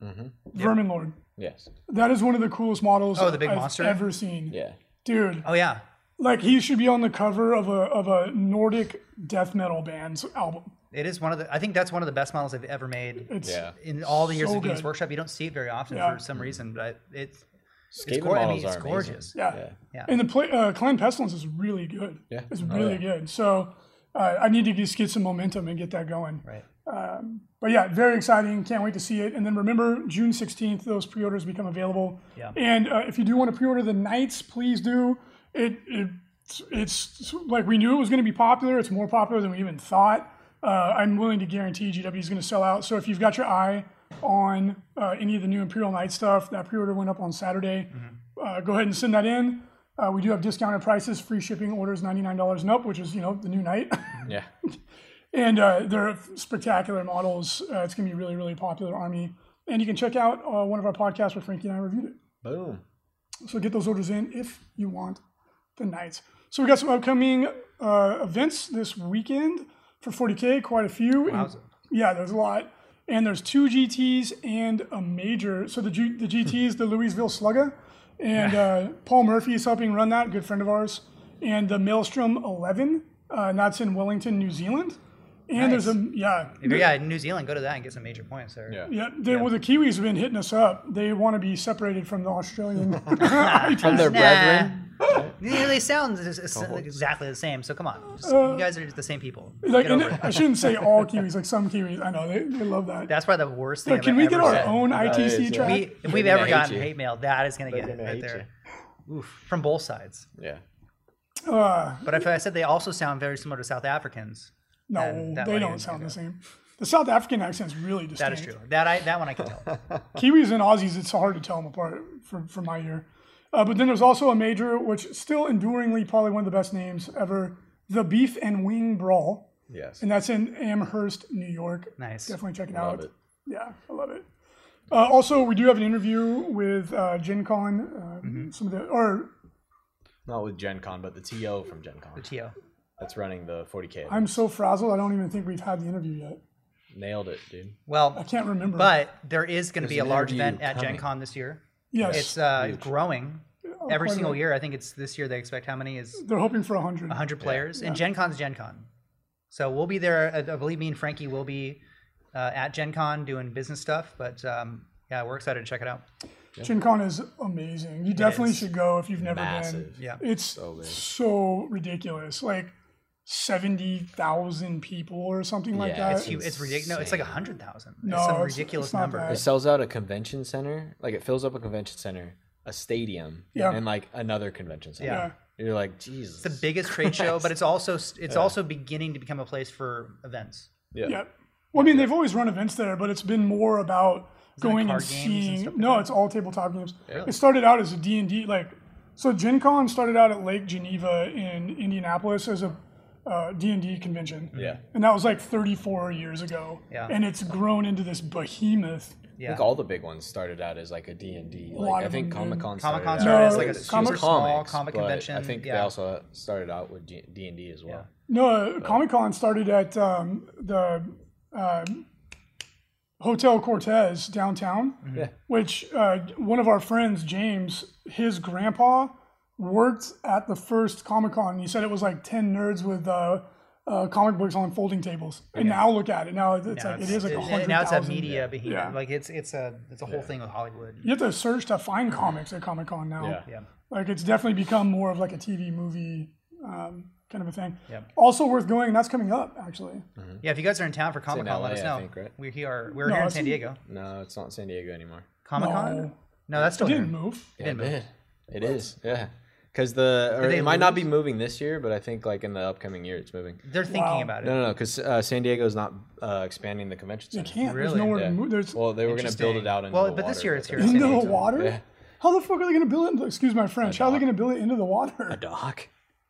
[SPEAKER 2] hmm
[SPEAKER 1] Vermin Lord.
[SPEAKER 2] Yes.
[SPEAKER 1] That is one of the coolest models
[SPEAKER 3] Oh, the big
[SPEAKER 1] I've
[SPEAKER 3] monster?
[SPEAKER 1] ever seen.
[SPEAKER 2] Yeah.
[SPEAKER 1] Dude,
[SPEAKER 3] Oh yeah.
[SPEAKER 1] like he should be on the cover of a of a Nordic death metal band's album.
[SPEAKER 3] It is one of the. I think that's one of the best models I've ever made
[SPEAKER 1] It's
[SPEAKER 2] Yeah.
[SPEAKER 3] in all the years
[SPEAKER 1] So
[SPEAKER 3] of Games
[SPEAKER 1] good.
[SPEAKER 3] Workshop. You don't see it very often
[SPEAKER 1] Yeah.
[SPEAKER 3] for some reason, but it's
[SPEAKER 2] Skaven
[SPEAKER 3] gor- I mean,
[SPEAKER 2] models
[SPEAKER 3] it's
[SPEAKER 2] are amazing.
[SPEAKER 3] gorgeous.
[SPEAKER 1] yeah.
[SPEAKER 2] Yeah.
[SPEAKER 3] Yeah.
[SPEAKER 1] And the play, uh, Clan Pestilence is really good.
[SPEAKER 2] Yeah.
[SPEAKER 1] It's
[SPEAKER 2] Oh,
[SPEAKER 1] really
[SPEAKER 2] yeah.
[SPEAKER 1] good. So uh, I need to just get some momentum and get that going.
[SPEAKER 3] right.
[SPEAKER 1] But yeah, very exciting. Can't wait to see it. And then remember, June 16th, those pre orders become available.
[SPEAKER 3] Yeah.
[SPEAKER 1] And uh, if you do want to pre order the Knights, please do. It, it It's like we knew it was going to be popular. It's more popular than we even thought. Uh, I'm willing to guarantee GW is going to sell out. So if you've got your eye on uh, any of the new Imperial Knight stuff, that pre order went up on Saturday. Uh, go ahead and send that in. Uh, we do have discounted prices, free shipping orders $99 and up, which is, you know, the new night.
[SPEAKER 2] Yeah.
[SPEAKER 1] And uh, they're spectacular models. Uh, it's going to be a really, really popular army. And you can check out uh, one of our podcasts where Frankie and I reviewed
[SPEAKER 2] Boom.
[SPEAKER 1] it. So get those orders in if you want the Knights. So we got some upcoming uh, events this weekend for 40K, quite a few. And-
[SPEAKER 3] Wowza.
[SPEAKER 1] yeah, there's a lot. And there's two GTs and a major. So the, G- the GT is the Louisville Slugger. And uh, Paul Murphy is helping run that, good friend of ours. And the Maelstrom 11, uh, and that's in Wellington, New Zealand. And there's
[SPEAKER 3] Nice.
[SPEAKER 1] a yeah,
[SPEAKER 3] If you're yeah, in New Zealand, go to that and get some major points. Or
[SPEAKER 2] Yeah.
[SPEAKER 1] yeah. They, Well, the Kiwis have been hitting us up. They want to be separated from the Australian.
[SPEAKER 2] From their
[SPEAKER 3] Nah.
[SPEAKER 2] brethren.
[SPEAKER 3] Yeah, they sound s- s- exactly the same. So come on, Just- you guys are the same people.
[SPEAKER 1] Uh, like,
[SPEAKER 3] Get
[SPEAKER 1] and
[SPEAKER 3] over it.
[SPEAKER 1] I shouldn't say all Kiwis. Like some Kiwis, I know they, they love that.
[SPEAKER 3] That's probably the worst thing.
[SPEAKER 1] Like, can
[SPEAKER 3] I've
[SPEAKER 1] we get
[SPEAKER 3] ever
[SPEAKER 1] our
[SPEAKER 3] said.
[SPEAKER 1] own
[SPEAKER 2] That
[SPEAKER 1] ITC
[SPEAKER 2] is, yeah.
[SPEAKER 1] track?
[SPEAKER 3] We, if we've
[SPEAKER 2] gonna
[SPEAKER 3] ever
[SPEAKER 2] hate
[SPEAKER 3] gotten
[SPEAKER 2] you.
[SPEAKER 3] hate mail, that is gonna get it
[SPEAKER 2] gonna
[SPEAKER 3] right
[SPEAKER 2] hate
[SPEAKER 3] there. Oof, from both sides.
[SPEAKER 2] Yeah.
[SPEAKER 3] But if I said they also sound very similar to South Africans,
[SPEAKER 1] no,
[SPEAKER 3] and that
[SPEAKER 1] they
[SPEAKER 3] one
[SPEAKER 1] don't
[SPEAKER 3] is
[SPEAKER 1] sound the same. The South African accent's really distinct.
[SPEAKER 3] that is true. That I that one I can tell.
[SPEAKER 1] Kiwis and Aussies, it's hard to tell them apart from, from my ear. Uh, but then there's also a major, which still enduringly probably one of the best names ever, the Beef and Wing Brawl,
[SPEAKER 2] Yes.
[SPEAKER 1] and that's in Amherst, New York.
[SPEAKER 3] Nice.
[SPEAKER 1] Definitely check it
[SPEAKER 2] Love
[SPEAKER 1] out.
[SPEAKER 2] it.
[SPEAKER 1] Yeah, I love it. Uh, also, we do have an interview with uh, Gen Con, uh,
[SPEAKER 3] Mm-hmm.
[SPEAKER 1] some of the or
[SPEAKER 2] Not with Gen Con, but the TO from Gen Con.
[SPEAKER 3] Tio.
[SPEAKER 2] That's running the 40K.
[SPEAKER 1] I'm so frazzled, I don't even think we've had the interview yet.
[SPEAKER 2] Nailed it, dude.
[SPEAKER 1] I
[SPEAKER 3] Well,
[SPEAKER 1] can't remember.
[SPEAKER 3] but there is going to be a
[SPEAKER 2] There's an
[SPEAKER 3] large
[SPEAKER 2] interview
[SPEAKER 3] event at Gen
[SPEAKER 2] coming.
[SPEAKER 3] Con this year.
[SPEAKER 1] yes, Oh,
[SPEAKER 3] It's uh, growing every
[SPEAKER 1] quite a
[SPEAKER 3] single
[SPEAKER 1] bit.
[SPEAKER 3] year. I think it's this year they expect how many is
[SPEAKER 1] they're hoping for 100.
[SPEAKER 3] 100 players, and Gen Con's Gen Con. So we'll be there. I I believe me and Frankie will be uh, at Gen Con doing business stuff. But um, yeah, we're excited to check it out.
[SPEAKER 1] Gen Con is amazing. You definitely
[SPEAKER 3] is
[SPEAKER 1] should go if you've never been.
[SPEAKER 2] Massive.
[SPEAKER 3] Yeah.
[SPEAKER 1] It's
[SPEAKER 2] So
[SPEAKER 1] so,
[SPEAKER 2] big.
[SPEAKER 1] ridiculous. Like 70,000 people or something like
[SPEAKER 2] Yeah,
[SPEAKER 1] that.
[SPEAKER 2] it's
[SPEAKER 3] It's, it's ridiculous. No, it's like
[SPEAKER 2] Insane.
[SPEAKER 3] 100,000.
[SPEAKER 1] No,
[SPEAKER 3] it's some
[SPEAKER 1] it's-
[SPEAKER 3] ridiculous
[SPEAKER 1] it's not
[SPEAKER 3] number.
[SPEAKER 1] bad.
[SPEAKER 2] It sells out a convention center. Like it fills up a convention center, a stadium,
[SPEAKER 1] Yeah.
[SPEAKER 2] and like another convention center.
[SPEAKER 3] Yeah.
[SPEAKER 2] You're like, Jesus.
[SPEAKER 3] It's the biggest trade show, but it's also it's also beginning to become a place for events.
[SPEAKER 2] yeah.
[SPEAKER 1] Yep. Well, I mean, they've always run events there, but it's been more about going and
[SPEAKER 3] card games and
[SPEAKER 1] seeing.
[SPEAKER 3] stuff like
[SPEAKER 1] no, it's all tabletop games. It started out as a D&D, like, so Gen Con started out at Lake Geneva in Indianapolis as a uh, D&D convention.
[SPEAKER 2] Yeah.
[SPEAKER 1] And that was like 34 years ago.
[SPEAKER 3] Yeah.
[SPEAKER 1] And it's grown into this behemoth.
[SPEAKER 2] I
[SPEAKER 3] Yeah,
[SPEAKER 2] think all the big ones started out as like a D and D.
[SPEAKER 1] lot
[SPEAKER 2] Like I
[SPEAKER 1] of
[SPEAKER 2] think
[SPEAKER 1] them did.
[SPEAKER 2] Comic Con
[SPEAKER 3] Comic
[SPEAKER 2] started
[SPEAKER 3] Con
[SPEAKER 2] out
[SPEAKER 1] No,
[SPEAKER 3] started as like a
[SPEAKER 1] it's
[SPEAKER 3] super
[SPEAKER 1] comic-
[SPEAKER 3] small
[SPEAKER 2] comics,
[SPEAKER 3] comic
[SPEAKER 2] but
[SPEAKER 3] convention.
[SPEAKER 2] I think
[SPEAKER 3] yeah.
[SPEAKER 2] they also started out with D and D as well.
[SPEAKER 1] No, uh, Comic Con started at um, the um Hotel Cortez downtown,
[SPEAKER 3] Mm-hmm.
[SPEAKER 2] Yeah.
[SPEAKER 1] which uh, one of our friends, James, his grandpa worked at the first Comic Con. He said it was like 10 nerds with uh, uh, comic books on folding tables. And now look at it. Now it's, it's like, it is like
[SPEAKER 3] It-
[SPEAKER 1] 100,000.
[SPEAKER 3] now it's a media behemoth.
[SPEAKER 1] Yeah.
[SPEAKER 3] Like it's it's a it's a whole thing with Hollywood.
[SPEAKER 1] You have to search to find comics at Comic Con now.
[SPEAKER 2] Yeah.
[SPEAKER 3] Yeah,
[SPEAKER 1] Like it's definitely become more of like a TV movie um, kind of a thing.
[SPEAKER 3] Yep.
[SPEAKER 1] Also worth going, and that's coming up actually.
[SPEAKER 3] yeah. If you guys are in town for Comic Con,
[SPEAKER 2] LA,
[SPEAKER 3] let us
[SPEAKER 2] I
[SPEAKER 3] know.
[SPEAKER 2] think, right?
[SPEAKER 3] We're here. We're here in
[SPEAKER 1] it's
[SPEAKER 3] San
[SPEAKER 1] in-
[SPEAKER 3] Diego.
[SPEAKER 2] No, it's not San Diego anymore.
[SPEAKER 3] Comic Con.
[SPEAKER 1] No.
[SPEAKER 3] No. that's still here.
[SPEAKER 1] Didn't move.
[SPEAKER 2] Yeah, it did. It is. Yeah. Because the or
[SPEAKER 3] they
[SPEAKER 2] it might not be moving this year, but I think like in the upcoming year it's moving.
[SPEAKER 3] They're thinking
[SPEAKER 1] Wow.
[SPEAKER 3] about it.
[SPEAKER 2] No, no, no. Because uh, San Diego's not uh, expanding the convention
[SPEAKER 1] They
[SPEAKER 2] center.
[SPEAKER 1] can't. There's
[SPEAKER 3] Really?
[SPEAKER 1] nowhere
[SPEAKER 2] Yeah.
[SPEAKER 1] to move. There's
[SPEAKER 2] Well, they were going to build it
[SPEAKER 3] Interesting.
[SPEAKER 2] out into
[SPEAKER 3] Well,
[SPEAKER 2] the
[SPEAKER 3] but this
[SPEAKER 2] water,
[SPEAKER 3] year it's
[SPEAKER 2] but
[SPEAKER 3] here.
[SPEAKER 2] they're-
[SPEAKER 1] into
[SPEAKER 3] San
[SPEAKER 1] the
[SPEAKER 3] Diego.
[SPEAKER 1] water.
[SPEAKER 2] Yeah.
[SPEAKER 1] How the fuck are they gonna build it? Excuse my French. How are they gonna build it into the water?
[SPEAKER 2] A dock.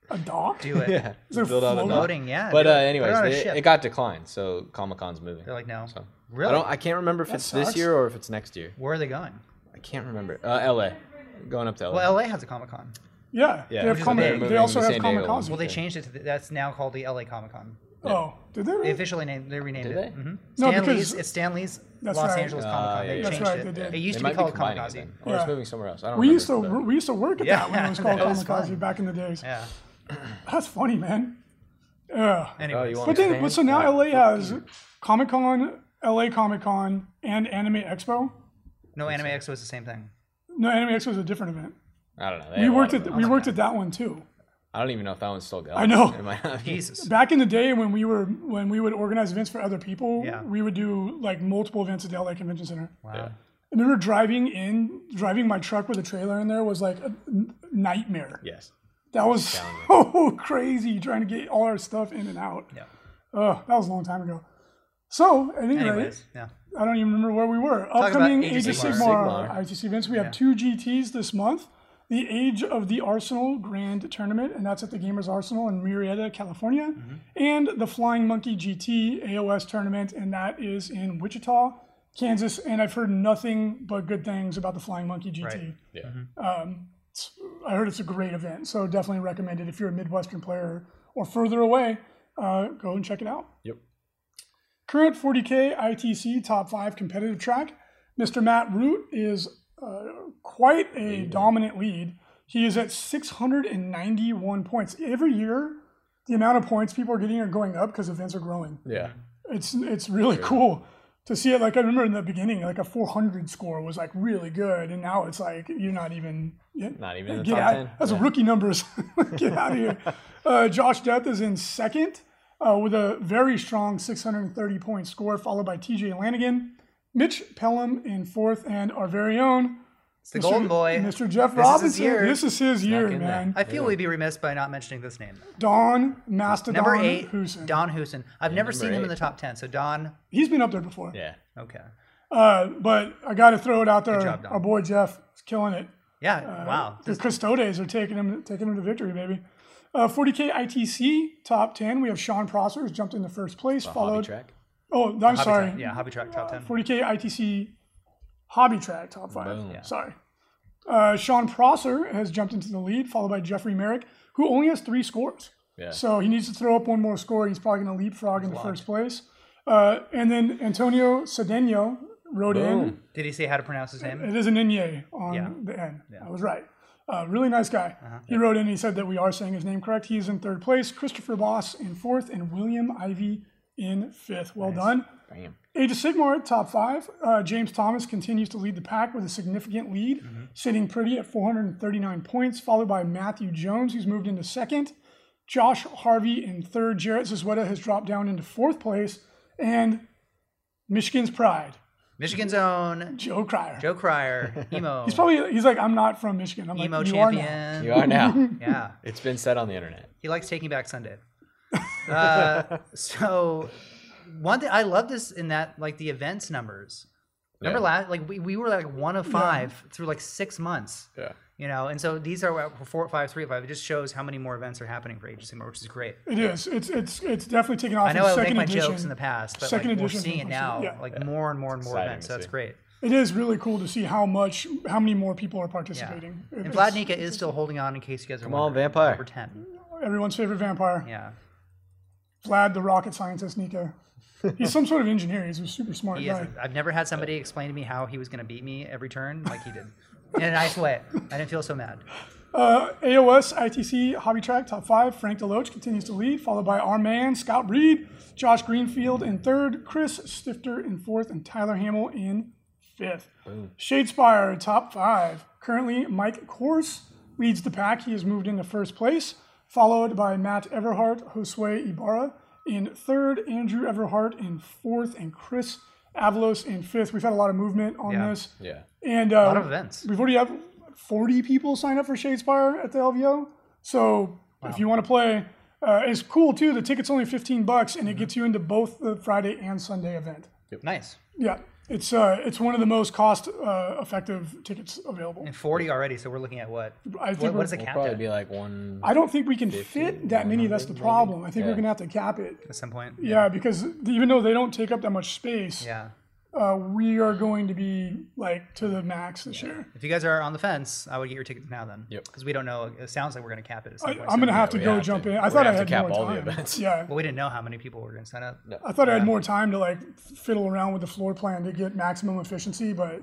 [SPEAKER 1] A dock?
[SPEAKER 3] Do it.
[SPEAKER 2] Yeah.
[SPEAKER 1] there
[SPEAKER 2] Build out a
[SPEAKER 1] floating?
[SPEAKER 2] dock.
[SPEAKER 3] Floating, yeah.
[SPEAKER 2] But
[SPEAKER 3] do
[SPEAKER 2] uh,
[SPEAKER 3] it. Put it
[SPEAKER 2] anyways,
[SPEAKER 3] on a
[SPEAKER 2] it,
[SPEAKER 3] ship.
[SPEAKER 2] it got declined, so Comic Con's moving.
[SPEAKER 3] They're like, no.
[SPEAKER 2] So-
[SPEAKER 3] Really?
[SPEAKER 2] I don't. I can't remember if it's this
[SPEAKER 1] sucks.
[SPEAKER 2] year or if it's next year.
[SPEAKER 3] Where are they going?
[SPEAKER 2] I can't remember. Uh, L.A. Going up to L.A.
[SPEAKER 3] Well, LA has a Comic Con.
[SPEAKER 1] Yeah.
[SPEAKER 2] Yeah.
[SPEAKER 1] They have
[SPEAKER 2] They're
[SPEAKER 1] comic.
[SPEAKER 2] moving
[SPEAKER 1] They also
[SPEAKER 2] the
[SPEAKER 1] have
[SPEAKER 2] San
[SPEAKER 1] comic
[SPEAKER 2] Diego one.
[SPEAKER 1] cons.
[SPEAKER 3] Well, they changed it to th- that's now called the LA Comic Con.
[SPEAKER 1] Oh, did they?
[SPEAKER 3] They
[SPEAKER 1] really?
[SPEAKER 3] officially named. They renamed
[SPEAKER 2] Did
[SPEAKER 3] it.
[SPEAKER 2] they? Ah,
[SPEAKER 3] Mhm.
[SPEAKER 1] No,
[SPEAKER 3] Stan
[SPEAKER 1] because-
[SPEAKER 3] Lee's. It's Stan Lee's
[SPEAKER 1] That's
[SPEAKER 3] Los
[SPEAKER 1] right.
[SPEAKER 3] Angeles Comic Con. They
[SPEAKER 2] yeah,
[SPEAKER 1] That's
[SPEAKER 3] changed
[SPEAKER 1] right,
[SPEAKER 3] it.
[SPEAKER 1] they did.
[SPEAKER 3] It used
[SPEAKER 2] They
[SPEAKER 3] to
[SPEAKER 2] might
[SPEAKER 3] be called
[SPEAKER 2] combining it
[SPEAKER 3] Kamikaze.
[SPEAKER 2] then. Or it's
[SPEAKER 1] Yeah.
[SPEAKER 2] moving somewhere else. I don't
[SPEAKER 1] We used to
[SPEAKER 2] remember, but-
[SPEAKER 1] we used to work at
[SPEAKER 3] Yeah.
[SPEAKER 1] that when it was called
[SPEAKER 3] That was
[SPEAKER 1] Comic Cons
[SPEAKER 3] fun.
[SPEAKER 1] back in the days.
[SPEAKER 3] Yeah.
[SPEAKER 1] That's funny, man. Yeah.
[SPEAKER 2] Oh,
[SPEAKER 3] Anyways,
[SPEAKER 2] you want
[SPEAKER 1] But
[SPEAKER 2] to
[SPEAKER 1] then,
[SPEAKER 2] expand?
[SPEAKER 1] but so now LA has Comic Con, LA Comic Con, and Anime Expo.
[SPEAKER 3] no Anime Expo is the same thing.
[SPEAKER 1] No, Anime Expo is a different event.
[SPEAKER 2] I don't know. They
[SPEAKER 1] We
[SPEAKER 2] have a lot
[SPEAKER 1] worked
[SPEAKER 2] of
[SPEAKER 1] at
[SPEAKER 2] them.
[SPEAKER 1] we worked at that one too.
[SPEAKER 2] I don't even know if that one's still going.
[SPEAKER 1] I know.
[SPEAKER 2] It might not be.
[SPEAKER 3] Jesus.
[SPEAKER 1] Back in the day when we were when we would organize events for other people,
[SPEAKER 3] Yeah.
[SPEAKER 1] we would do like multiple events at the LA Convention Center.
[SPEAKER 3] Wow.
[SPEAKER 1] I remember driving in, driving my truck with a trailer in there was like a n- nightmare.
[SPEAKER 2] Yes.
[SPEAKER 1] That was so crazy trying to get all our stuff in and out.
[SPEAKER 3] Yeah.
[SPEAKER 1] Ugh, that was a long time ago. So, at any rate,
[SPEAKER 3] Anyways, yeah.
[SPEAKER 1] I don't even remember where we were.
[SPEAKER 3] about
[SPEAKER 1] Upcoming
[SPEAKER 3] Age
[SPEAKER 1] Age
[SPEAKER 3] of
[SPEAKER 1] of Sigmar,
[SPEAKER 2] Sigmar.
[SPEAKER 1] ITC events. We have two GTs this month. The Age of the Arsenal Grand Tournament, and that's at the Gamers Arsenal in Murrieta, California. And the Flying Monkey GT AOS Tournament, and that is in Wichita, Kansas. And I've heard nothing but good things about the Flying Monkey GT.
[SPEAKER 3] Right.
[SPEAKER 2] Yeah.
[SPEAKER 1] I heard it's a great event, so definitely recommend it if you're a Midwestern player or further away. Uh, go and check it out.
[SPEAKER 2] Yep.
[SPEAKER 1] Current 40K ITC top five competitive track. Mr. Matt Root is uh, quite a dominant lead. He is at 691 points. Every year, the amount of points people are getting are going up because events are growing.
[SPEAKER 2] Yeah.
[SPEAKER 3] Mm-hmm.
[SPEAKER 1] It's it's really
[SPEAKER 2] Sure.
[SPEAKER 1] cool to see it. Like I remember in the beginning, like a 400 score was like really good, and now it's like you're not even. yeah,
[SPEAKER 2] Not even in the
[SPEAKER 1] get
[SPEAKER 2] top
[SPEAKER 1] out,
[SPEAKER 2] 10.
[SPEAKER 1] That's
[SPEAKER 2] yeah.
[SPEAKER 1] rookie numbers. get out of here. Uh, Josh Death is in second uh, with a very strong 630 point score, followed by TJ Lanigan. Mitch Pelham in fourth, and our very own
[SPEAKER 3] It's the golden boy.
[SPEAKER 1] Mr. Jeff
[SPEAKER 3] This is his
[SPEAKER 1] Robinson.
[SPEAKER 3] year.
[SPEAKER 1] This is his year,
[SPEAKER 2] in there.
[SPEAKER 1] man.
[SPEAKER 3] I feel we'd be remiss by not mentioning this name.
[SPEAKER 1] Don Mastodon
[SPEAKER 3] Number eight,
[SPEAKER 1] Husin.
[SPEAKER 3] Don Hoosen. I've never seen
[SPEAKER 2] number
[SPEAKER 3] him in the
[SPEAKER 2] eight.
[SPEAKER 3] top ten. So Don,
[SPEAKER 1] He's been up there before.
[SPEAKER 2] Yeah.
[SPEAKER 3] okay,
[SPEAKER 1] Uh, but I got to throw it out there.
[SPEAKER 3] job, Don.
[SPEAKER 1] Our boy Jeff is killing it.
[SPEAKER 3] yeah,
[SPEAKER 1] Uh,
[SPEAKER 3] wow,
[SPEAKER 1] The Custodes are taking him, taking him to victory, baby. Uh, 40K ITC top 10. We have Sean Prosser who's jumped into first place,
[SPEAKER 2] Hobby
[SPEAKER 1] followed.
[SPEAKER 2] track.
[SPEAKER 1] Oh, I'm
[SPEAKER 3] Hobby
[SPEAKER 1] sorry.
[SPEAKER 3] Track- yeah, hobby track top ten.
[SPEAKER 1] 40K ITC Hobby Track top five.
[SPEAKER 2] Boom. Yeah.
[SPEAKER 1] Sorry. Uh, Sean Prosser has jumped into the lead, followed by Jeffrey Merrick, who only has three scores.
[SPEAKER 2] Yeah.
[SPEAKER 1] So he needs to throw up one more score. He's probably going to leapfrog in the first place. Uh, and then Antonio Cedeno rode in.
[SPEAKER 2] Boom.
[SPEAKER 3] Did he say how to pronounce his name?
[SPEAKER 1] It is an Inye on
[SPEAKER 3] Yeah. Uh-huh.
[SPEAKER 1] the end. I was right. Uh, really nice guy. He wrote in and he said that we are saying his name correct. He is in third place, Christopher Boss in fourth, and William Ivy in fifth. Well done.
[SPEAKER 2] Bam.
[SPEAKER 1] Age of Sigmar at top five. Uh, James Thomas continues to lead the pack with a significant lead,
[SPEAKER 3] Mm-hmm.
[SPEAKER 1] sitting pretty at 439 points, followed by Matthew Jones, who's moved into second. Josh Harvey in third. Jarrett Zizweta has dropped down into fourth place. And Michigan's pride,
[SPEAKER 3] Michigan's own
[SPEAKER 1] Joe Cryer.
[SPEAKER 3] Joe Cryer, emo,
[SPEAKER 1] He's probably, he's like, I'm not from Michigan. I'm
[SPEAKER 3] emo
[SPEAKER 1] like, you are now.
[SPEAKER 3] champion.
[SPEAKER 2] You are now.
[SPEAKER 3] Yeah,
[SPEAKER 2] it's been said on the internet.
[SPEAKER 3] he likes taking back Sunday. Uh, so one thing I love this in that like the events numbers. Remember
[SPEAKER 2] Yeah.
[SPEAKER 3] last like we, we were like one of five through like six months.
[SPEAKER 2] Yeah.
[SPEAKER 3] You know, and so these are what- four, five, three, five. It just shows how many more events are happening for Age of Sigmar, which is great.
[SPEAKER 1] It is. It's, it's, it's definitely taken off.
[SPEAKER 3] I
[SPEAKER 1] in
[SPEAKER 3] know I would make
[SPEAKER 1] second
[SPEAKER 3] my
[SPEAKER 1] edition.
[SPEAKER 3] jokes in the past, but
[SPEAKER 1] Second
[SPEAKER 3] like, we're
[SPEAKER 1] edition's
[SPEAKER 3] seeing it
[SPEAKER 1] awesome.
[SPEAKER 3] now,
[SPEAKER 1] Yeah.
[SPEAKER 3] like more and more and more
[SPEAKER 2] exciting
[SPEAKER 3] events.
[SPEAKER 2] to
[SPEAKER 3] So that's
[SPEAKER 2] see.
[SPEAKER 3] great.
[SPEAKER 1] It is really cool to see how much, how many more people are
[SPEAKER 3] Yeah.
[SPEAKER 1] participating. It-
[SPEAKER 3] And
[SPEAKER 1] it's
[SPEAKER 3] Vlad Nika is still holding on in case you guys are
[SPEAKER 2] Come on,
[SPEAKER 3] wondering.
[SPEAKER 2] Vampire.
[SPEAKER 3] Number 10.
[SPEAKER 1] Everyone's favorite vampire.
[SPEAKER 3] Yeah.
[SPEAKER 1] Vlad, the rocket scientist, Nika. He's some sort of engineer. He's a super smart
[SPEAKER 3] He
[SPEAKER 1] guy.
[SPEAKER 3] is. I've never had somebody explain to me how he was going to beat me every turn like he did. In a nice way. I didn't feel so mad.
[SPEAKER 1] Uh, AOS, ITC, Hobby Track, top five. Frank Deloach continues to lead, followed by our man, Scott Reed, Josh Greenfield in third, Chris Stifter in fourth, and Tyler Hamill in fifth. Shadespire, top five. Currently, Mike Kors leads the pack. He has moved into first place, followed by Matt Everhart, Josue Ibarra in third, Andrew Everhart in fourth, and Chris Avalos in fifth. We've had a lot of movement on
[SPEAKER 3] Yeah.
[SPEAKER 1] this.
[SPEAKER 2] Yeah.
[SPEAKER 1] And uh,
[SPEAKER 3] A lot of events.
[SPEAKER 1] We've already have 40 people sign up for Shadespire at the LVO. So if you want to play, uh, it's cool too. The ticket's only 15 bucks and it gets you into both the Friday and Sunday event.
[SPEAKER 3] Nice.
[SPEAKER 1] Yeah. It's, uh, it's one of the most cost uh, effective tickets available.
[SPEAKER 3] And 40 already, so we're looking at what?
[SPEAKER 1] I, think
[SPEAKER 3] What,
[SPEAKER 1] we're-
[SPEAKER 3] what is the
[SPEAKER 2] We'll
[SPEAKER 3] cap
[SPEAKER 2] probably
[SPEAKER 3] at,
[SPEAKER 2] be like one.
[SPEAKER 1] I don't think we can fit that many. That's the problem. I think we're
[SPEAKER 2] Yeah.
[SPEAKER 1] going to have to cap it.
[SPEAKER 3] at some point?
[SPEAKER 1] Yeah, because even though they don't take up that much space,
[SPEAKER 3] Yeah.
[SPEAKER 1] uh, we are going to be like to the max this year.
[SPEAKER 3] If you guys are on the fence, I would get your tickets now then.
[SPEAKER 2] Yep.
[SPEAKER 3] Because we don't know. It sounds like we're going to cap it at some
[SPEAKER 1] I,
[SPEAKER 3] point.
[SPEAKER 1] I'm going to
[SPEAKER 3] soon.
[SPEAKER 1] have to
[SPEAKER 2] we
[SPEAKER 1] go
[SPEAKER 2] have
[SPEAKER 1] jump
[SPEAKER 2] to.
[SPEAKER 1] in. I
[SPEAKER 2] We're
[SPEAKER 1] thought
[SPEAKER 2] gonna
[SPEAKER 1] I
[SPEAKER 2] have
[SPEAKER 1] had
[SPEAKER 2] to cap
[SPEAKER 1] more
[SPEAKER 2] all the
[SPEAKER 1] time.
[SPEAKER 2] events.
[SPEAKER 1] Yeah.
[SPEAKER 3] Well, we didn't know how many people were going to sign up.
[SPEAKER 1] I thought I had more time to like fiddle around with the floor plan to get maximum efficiency, but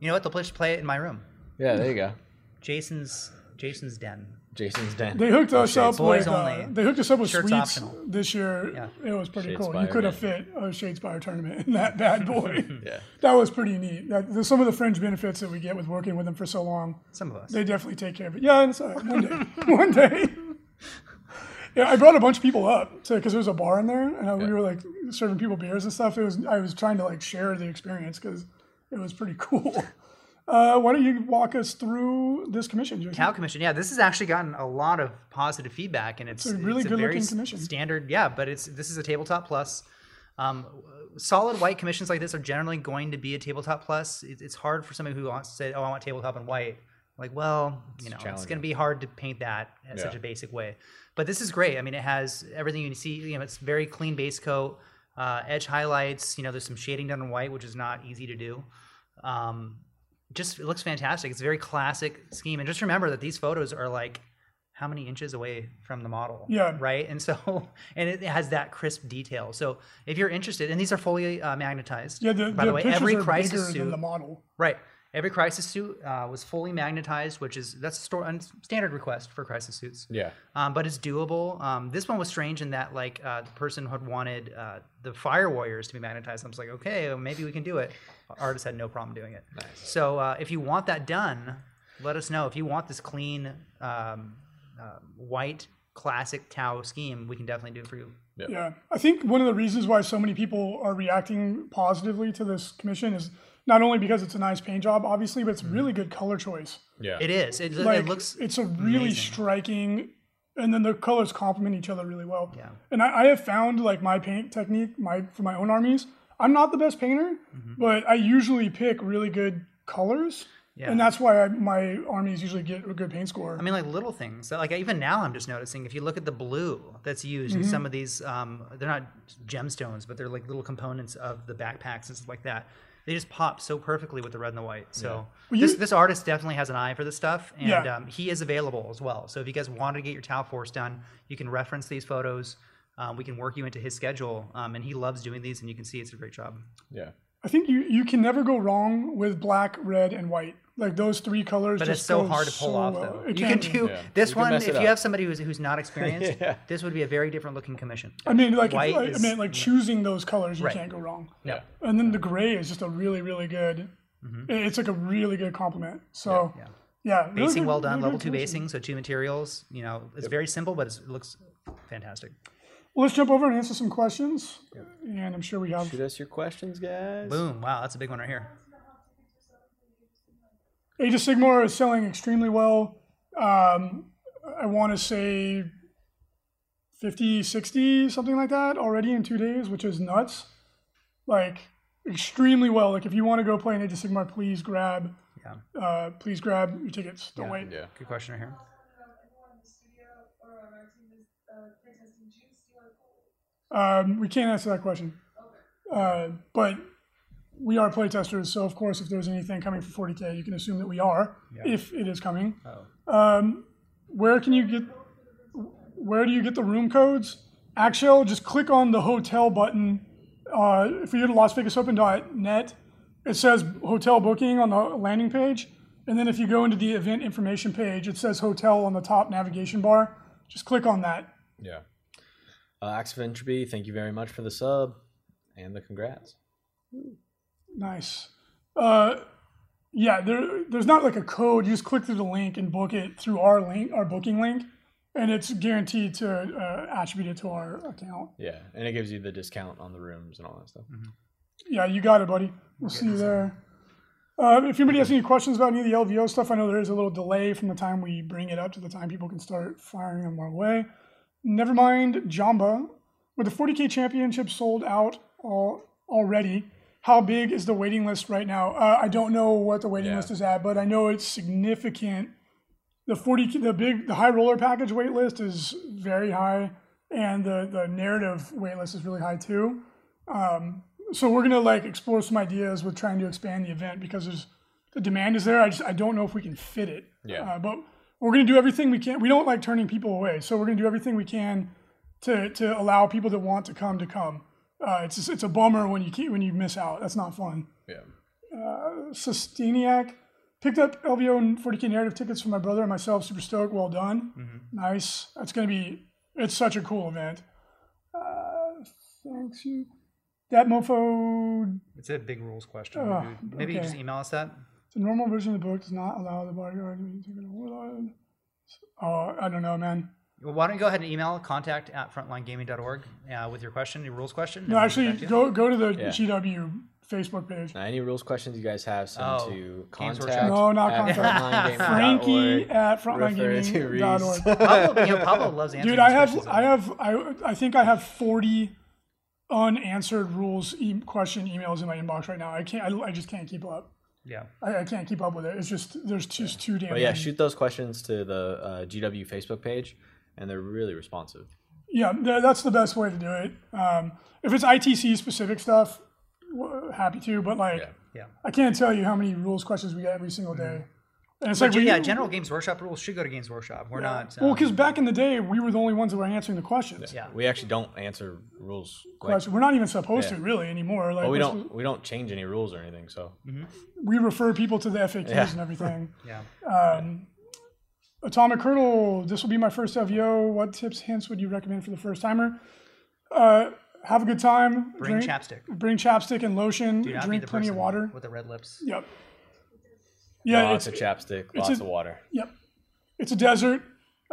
[SPEAKER 3] You know what? They'll just play it in my room.
[SPEAKER 2] Yeah, there you go.
[SPEAKER 3] Jason's Jason's den.
[SPEAKER 2] Jason's den.
[SPEAKER 1] they hooked us up
[SPEAKER 3] Boys
[SPEAKER 1] with uh,
[SPEAKER 3] only.
[SPEAKER 1] they hooked us up with
[SPEAKER 3] Shirts
[SPEAKER 1] suites
[SPEAKER 3] optional.
[SPEAKER 1] this year. It was pretty cool. You
[SPEAKER 2] Shadespire,
[SPEAKER 1] could have
[SPEAKER 2] man.
[SPEAKER 1] fit a Shadespire tournament in that bad boy.
[SPEAKER 2] yeah.
[SPEAKER 1] That was pretty neat. That, the, some of the fringe benefits that we get with working with them for so long,
[SPEAKER 3] Some of us.
[SPEAKER 1] they definitely take care of it. Yeah, it's all right. one day, one day. Yeah, I brought a bunch of people up because there was a bar in there, and uh, we were like serving people beers and stuff. It was I was trying to like share the experience because it was pretty cool. Uh, why don't you walk us through this commission, Jason?
[SPEAKER 3] Cow commission, yeah, this has actually gotten a lot of positive feedback, and it's,
[SPEAKER 1] a really
[SPEAKER 3] it's a
[SPEAKER 1] good
[SPEAKER 3] very
[SPEAKER 1] looking
[SPEAKER 3] s-
[SPEAKER 1] commission.
[SPEAKER 3] standard, yeah. But it's this is a tabletop plus. Um, solid white commissions like this are generally going to be a tabletop plus. It, it's hard for somebody who wants to say, "Oh, I want tabletop and white." Like, well, you know, it's going to
[SPEAKER 2] challenging.
[SPEAKER 3] be hard to paint that in such
[SPEAKER 2] Yeah.
[SPEAKER 3] a basic way. But this is great. I mean, it has everything you see. You know, it's very clean base coat, uh, edge highlights. You know, there's some shading done in white, which is not easy to do. Um, just it looks fantastic. It's a very classic scheme, and just remember that these photos are like how many inches away from the model,
[SPEAKER 1] Yeah.
[SPEAKER 3] right? And so, and it has that crisp detail. So, if you're interested, and these are fully uh, magnetized,
[SPEAKER 1] Yeah, the,
[SPEAKER 3] by
[SPEAKER 1] the
[SPEAKER 3] the way,
[SPEAKER 1] pictures
[SPEAKER 3] every
[SPEAKER 1] are
[SPEAKER 3] crisis
[SPEAKER 1] bigger than
[SPEAKER 3] suit-
[SPEAKER 1] the model.
[SPEAKER 3] right? Every crisis suit uh, was fully magnetized, which is that's a sto- un- standard request for crisis suits.
[SPEAKER 2] Yeah.
[SPEAKER 3] Um, but it's doable. Um, this one was strange in that like uh, the person had wanted uh, the fire warriors to be magnetized. I was like, okay, well, maybe we can do it. Artist had no problem doing it. So uh, if you want that done, let us know. If you want this clean um, uh, white classic Tau scheme, we can definitely do it for you.
[SPEAKER 1] Yeah, I think one of the reasons why so many people are reacting positively to this commission is not only because it's a nice paint job, obviously, but it's
[SPEAKER 3] Mm-hmm.
[SPEAKER 1] really good color choice.
[SPEAKER 2] Yeah.
[SPEAKER 3] It is. It,
[SPEAKER 1] Like,
[SPEAKER 3] it looks.
[SPEAKER 1] it's a really striking, and then the colors complement each other really well.
[SPEAKER 3] Yeah.
[SPEAKER 1] and I, I have found like my paint technique, my for my own armies. I'm not the best painter,
[SPEAKER 3] Mm-hmm.
[SPEAKER 1] but I usually pick really good colors,
[SPEAKER 3] Yeah.
[SPEAKER 1] and that's why I, my armies usually get a good paint score.
[SPEAKER 3] I mean, like little things. Like even now, I'm just noticing. If you look at the blue that's used
[SPEAKER 1] Mm-hmm.
[SPEAKER 3] in some of these, um, they're not gemstones, but they're like little components of the backpacks and stuff like that. They just pop so perfectly with the red and the white. So
[SPEAKER 1] Well,
[SPEAKER 3] this,
[SPEAKER 1] you-
[SPEAKER 3] this artist definitely has an eye for this stuff, and
[SPEAKER 1] Yeah.
[SPEAKER 3] um, he is available as well. So if you guys want to get your Tau Force done, you can reference these photos. Um, we can work you into his schedule, um, and he loves doing these, and you can see it's a great job.
[SPEAKER 2] Yeah.
[SPEAKER 1] I think you you can never go wrong with black, red, and white. Like those three colors.
[SPEAKER 3] But
[SPEAKER 1] just
[SPEAKER 3] it's so
[SPEAKER 1] go
[SPEAKER 3] hard to pull
[SPEAKER 1] so
[SPEAKER 3] off,
[SPEAKER 1] well.
[SPEAKER 3] though.
[SPEAKER 1] It
[SPEAKER 3] You
[SPEAKER 1] can
[SPEAKER 3] can
[SPEAKER 1] be.
[SPEAKER 3] do
[SPEAKER 2] Yeah.
[SPEAKER 3] this
[SPEAKER 2] You can
[SPEAKER 3] one
[SPEAKER 2] mess
[SPEAKER 3] if
[SPEAKER 2] it
[SPEAKER 3] you
[SPEAKER 2] up.
[SPEAKER 3] have somebody who's, who's not experienced.
[SPEAKER 2] Yeah.
[SPEAKER 3] This would be a very different looking commission.
[SPEAKER 1] I mean, like, if-
[SPEAKER 3] White
[SPEAKER 1] I, I
[SPEAKER 3] is-
[SPEAKER 1] mean, like choosing those colors, you
[SPEAKER 3] Right.
[SPEAKER 1] can't go wrong.
[SPEAKER 2] Yeah.
[SPEAKER 1] And then the gray is just a really, really good. it- It's like a really good compliment. So, yeah,
[SPEAKER 3] Mm-hmm. yeah.
[SPEAKER 1] really
[SPEAKER 3] basing
[SPEAKER 1] good-
[SPEAKER 3] well done
[SPEAKER 1] really
[SPEAKER 3] level
[SPEAKER 1] good
[SPEAKER 3] two
[SPEAKER 1] choices.
[SPEAKER 3] basing so two materials you know it's very simple but it's, it looks fantastic
[SPEAKER 1] Well, let's jump over and answer some questions, and I'm sure we have.
[SPEAKER 2] Shoot us your questions, guys.
[SPEAKER 3] boom wow that's a big one right here
[SPEAKER 1] Age of Sigmar is selling extremely well. Um, I want to say 50, 60, something like that already in two days, which is nuts. Like, extremely well. Like, if you want to go play an Age of Sigmar, please grab,
[SPEAKER 3] yeah
[SPEAKER 1] uh, please grab your tickets. Don't wait.
[SPEAKER 2] Yeah.
[SPEAKER 3] good question right here
[SPEAKER 4] everyone in the studio or on our team is uh, playtesting Juice. Do you want
[SPEAKER 1] Um, we can't answer that question. Uh, but we are playtesters, so of course, if there's anything coming for 40K, you can assume that we are, if it is coming. Um, where can you get? Where do you get the room codes? Axel, just click on the hotel button. Uh, if you go to LasVegasOpen.net, it says hotel booking on the landing page, and then if you go into the event information page, it says hotel on the top navigation bar. Just click on that.
[SPEAKER 2] Yeah. Uh, Axe of Entropy, thank you very much for the sub and the congrats.
[SPEAKER 1] Nice. Uh, yeah, there, there's not like a code. You just click through the link and book it through our link, our booking link, and it's guaranteed to uh, attribute it to our account.
[SPEAKER 2] Yeah. And it gives you the discount on the rooms and all that stuff.
[SPEAKER 3] Mm-hmm.
[SPEAKER 1] Yeah, you got it, buddy. We'll see you there. Uh, if anybody has any questions about any of the LVO stuff, I know there is a little delay from the time we bring it up to the time people can start firing them our way. Never mind Jamba. With the 40K championship sold out all, already, how big is the waiting list right now? Uh, I don't know what the waiting
[SPEAKER 2] Yeah.
[SPEAKER 1] list is at, but I know it's significant. The 40K, the big, the high roller package wait list is very high, and the, the narrative wait list is really high too so we're gonna like explore some ideas with trying to expand the event because there's the demand is there. I just I don't know if we can fit it.
[SPEAKER 2] Yeah.
[SPEAKER 1] Uh, but we're gonna do everything we can. We don't like turning people away, so we're gonna do everything we can to to allow people that want to come to come. Uh, it's just, it's a bummer when you keep, when you miss out. That's not fun.
[SPEAKER 2] Yeah.
[SPEAKER 1] Susteniak picked up LVO and 40k narrative tickets for my brother and myself. Super stoked. Well done. Nice. That's gonna be. It's such a cool event. Uh, thanks you. That mofo
[SPEAKER 3] it's a big rules question
[SPEAKER 1] Oh,
[SPEAKER 3] maybe maybe you
[SPEAKER 1] okay.
[SPEAKER 3] just email us that
[SPEAKER 1] The normal version of the book does not allow the bodyguard to be taken away. Oh, I don't know, man.
[SPEAKER 3] well, why don't you go ahead and email contact at frontlinegaming.org uh, with your question your rules question
[SPEAKER 1] No, actually, go go to the
[SPEAKER 2] Yeah.
[SPEAKER 1] GW Facebook page.
[SPEAKER 2] Now, any rules questions you guys have, send
[SPEAKER 3] Oh,
[SPEAKER 2] to
[SPEAKER 3] Games
[SPEAKER 2] contact.
[SPEAKER 3] Workshop.
[SPEAKER 1] No, not
[SPEAKER 2] at
[SPEAKER 1] contact.
[SPEAKER 2] frontlinegaming.org.
[SPEAKER 1] Frankie at
[SPEAKER 2] Refer to Reese.
[SPEAKER 1] frontlinegaming.org.
[SPEAKER 3] Pablo, you know, Pablo loves answering
[SPEAKER 1] Dude, I
[SPEAKER 3] these
[SPEAKER 1] have
[SPEAKER 3] questions.
[SPEAKER 1] I have I I think I have forty unanswered rules e- question emails in my inbox right now. I can't. I, I just can't keep up.
[SPEAKER 3] yeah
[SPEAKER 1] I, I can't keep up with it. It's just there's just too damn.
[SPEAKER 2] But yeah,
[SPEAKER 1] many.
[SPEAKER 2] shoot those questions to the uh, GW Facebook page, and they're really responsive.
[SPEAKER 1] Yeah, th- that's the best way to do it. Um, if it's ITC specific stuff, w- happy to. But like,
[SPEAKER 2] Yeah.
[SPEAKER 3] Yeah.
[SPEAKER 1] I can't tell you how many rules questions we get every single day. And it's
[SPEAKER 3] But
[SPEAKER 1] like
[SPEAKER 3] ge-
[SPEAKER 1] we,
[SPEAKER 3] yeah, general Games Workshop rules should go to Games Workshop. We're not.
[SPEAKER 1] Well,
[SPEAKER 3] um,
[SPEAKER 1] because back in the day, we were the only ones that were answering the questions.
[SPEAKER 3] yeah.
[SPEAKER 2] We actually don't answer rules. Like,
[SPEAKER 1] Question. We're not even supposed
[SPEAKER 2] Yeah.
[SPEAKER 1] to really anymore. Like
[SPEAKER 2] well, we
[SPEAKER 1] this
[SPEAKER 2] don't we don't change any rules or anything. So
[SPEAKER 1] Mm-hmm. is- we refer people to the FAQs
[SPEAKER 2] Yeah.
[SPEAKER 1] and everything.
[SPEAKER 3] Yeah.
[SPEAKER 1] Atomic Hurdle. This will be my first FVO. What tips, hints would you recommend for the first timer? Uh, have a good time.
[SPEAKER 3] Bring
[SPEAKER 1] drink,
[SPEAKER 3] chapstick.
[SPEAKER 1] Bring chapstick and lotion.
[SPEAKER 3] Do not be
[SPEAKER 1] drink
[SPEAKER 3] the
[SPEAKER 1] plenty of
[SPEAKER 3] person
[SPEAKER 1] water.
[SPEAKER 3] with the red lips.
[SPEAKER 1] Yep. Yeah,
[SPEAKER 2] lots
[SPEAKER 1] it's,
[SPEAKER 2] of chapstick, lots
[SPEAKER 1] a-
[SPEAKER 2] of water.
[SPEAKER 1] Yep. It's a desert,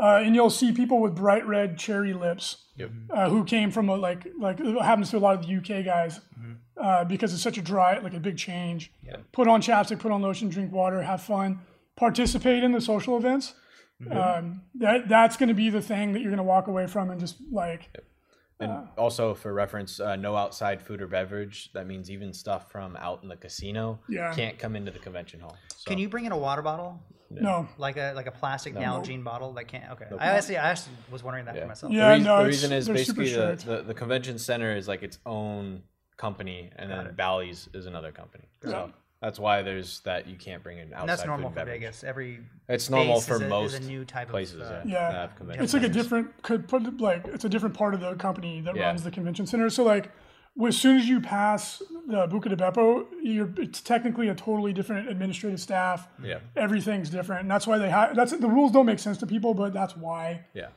[SPEAKER 1] uh, and you'll see people with bright red cherry lips
[SPEAKER 2] Yep.
[SPEAKER 1] uh, who came from a, like like it happens to a lot of the UK guys uh, because it's such a dry like a big change.
[SPEAKER 3] Yeah.
[SPEAKER 1] Put on chapstick, put on lotion, drink water, have fun, participate in the social events. Um, that that's going to be the thing that you're going to walk away from and just like
[SPEAKER 2] And also for reference, uh, no outside food or beverage. That means even stuff from out in the casino
[SPEAKER 1] Yeah.
[SPEAKER 2] can't come into the convention hall. So
[SPEAKER 3] Can you bring in a water bottle,
[SPEAKER 1] no.
[SPEAKER 3] like a like a plastic Nalgene bottle that can't? Okay. I actually I actually was wondering that for myself.
[SPEAKER 1] Yeah.
[SPEAKER 2] The, reas-
[SPEAKER 1] no,
[SPEAKER 2] the
[SPEAKER 1] it's-
[SPEAKER 2] reason is
[SPEAKER 1] they're super
[SPEAKER 2] basically the,
[SPEAKER 1] strict.
[SPEAKER 2] the, the convention center is like its own company, and then Bally's is another company. So that's why there's that you can't bring in outside
[SPEAKER 3] And that's
[SPEAKER 2] food
[SPEAKER 3] normal
[SPEAKER 2] and
[SPEAKER 3] for
[SPEAKER 2] beverage.
[SPEAKER 3] Vegas. Every
[SPEAKER 2] It's normal
[SPEAKER 3] base
[SPEAKER 2] for
[SPEAKER 3] is a,
[SPEAKER 2] most
[SPEAKER 3] is a new type
[SPEAKER 2] places.
[SPEAKER 3] of. uh,
[SPEAKER 2] that-
[SPEAKER 1] Yeah.
[SPEAKER 2] that have convention
[SPEAKER 1] it's like a
[SPEAKER 2] centers.
[SPEAKER 1] different could put it, like it's a different part of the company that
[SPEAKER 2] Yeah.
[SPEAKER 1] runs the convention center. So like as soon as you pass the Buca de Beppo, you're it's technically a totally different administrative staff.
[SPEAKER 2] Yeah,
[SPEAKER 1] Everything's different, and that's why they have. That's the rules don't make sense to people, but that's why.
[SPEAKER 2] yeah.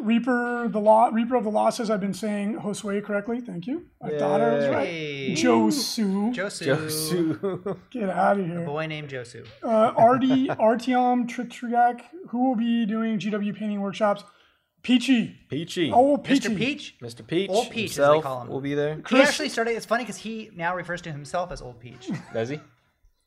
[SPEAKER 1] Reaper the law, Reaper of the law says I've been saying Josue correctly. Thank you. I thought I was right.
[SPEAKER 3] Hey,
[SPEAKER 1] Josu,
[SPEAKER 3] Josu,
[SPEAKER 1] get out of here.
[SPEAKER 3] boy named Josu.
[SPEAKER 1] uh, Artie, Artyom Tritriak, who will be doing GW painting workshops. Peachy,
[SPEAKER 2] Peachy.
[SPEAKER 1] oh Peachy,
[SPEAKER 3] Mr. Peach.
[SPEAKER 2] Mr. Peach.
[SPEAKER 3] Old Peach, as they
[SPEAKER 2] himself
[SPEAKER 3] call him.
[SPEAKER 2] will be there.
[SPEAKER 3] He actually started. It's funny because he now refers to himself as Old Peach.
[SPEAKER 2] Does he?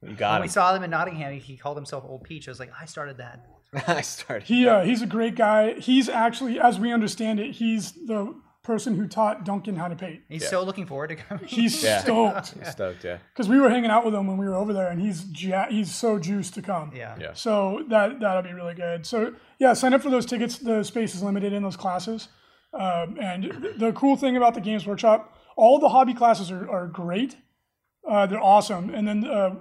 [SPEAKER 2] You got
[SPEAKER 3] When we
[SPEAKER 2] him.
[SPEAKER 3] saw him in Nottingham, he- he called himself Old Peach. I was like, I started that.
[SPEAKER 2] I started.
[SPEAKER 1] He uh, he's a great guy. He's actually, as we understand it, he's the person who taught Duncan how to paint.
[SPEAKER 3] He's so looking forward to coming.
[SPEAKER 1] He's
[SPEAKER 2] Yeah.
[SPEAKER 1] stoked
[SPEAKER 2] Stoked, yeah.
[SPEAKER 1] because we were hanging out with him when we were over there, and he's ja- he's so juiced to come.
[SPEAKER 3] yeah.
[SPEAKER 2] Yeah.
[SPEAKER 1] So that that'll be really good. So yeah, sign up for those tickets. The space is limited in those classes. Um, and the cool thing about the Games Workshop, all the hobby classes are, are great. Uh, they're awesome. And then uh,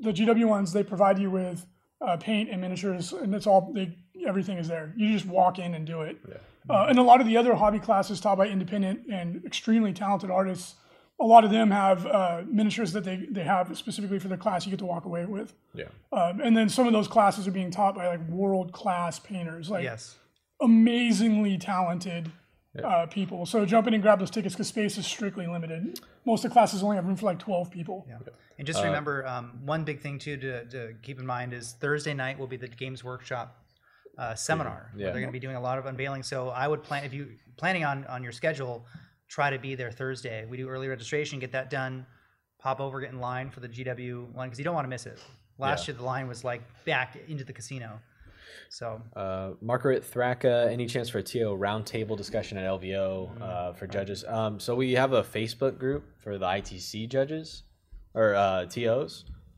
[SPEAKER 1] the GW ones, they provide you with uh, paint and miniatures, and it's all they everything is there. You just walk in and do it. Uh, and a lot of the other hobby classes taught by independent and extremely talented artists, a lot of them have uh, miniatures that they, they have specifically for their class you get to walk away with.
[SPEAKER 2] Yeah.
[SPEAKER 1] Um, and then some of those classes are being taught by like world class painters, like
[SPEAKER 3] Yes.
[SPEAKER 1] amazingly talented uh, people. So jump in and grab those tickets because space is strictly limited. Most of the classes only have room for like 12 people.
[SPEAKER 3] Yeah. And
[SPEAKER 2] Uh,
[SPEAKER 3] just remember, um, one big thing too to, to keep in mind is Thursday night will be the Games Workshop uh, seminar. where
[SPEAKER 2] Yeah.
[SPEAKER 3] They're going to be doing a lot of unveiling. So I would plan if you planning on on your schedule, try to be there Thursday. We do early registration, get that done. Pop over, get in line for the GW line because you don't want to miss it. Last year the line was like back into the casino. So
[SPEAKER 2] Uh, Margaret Thraka, any chance for a TO roundtable discussion at LVO
[SPEAKER 1] Mm-hmm.
[SPEAKER 2] uh, for judges? Um, so we have a Facebook group for the ITC judges or uh, TOs.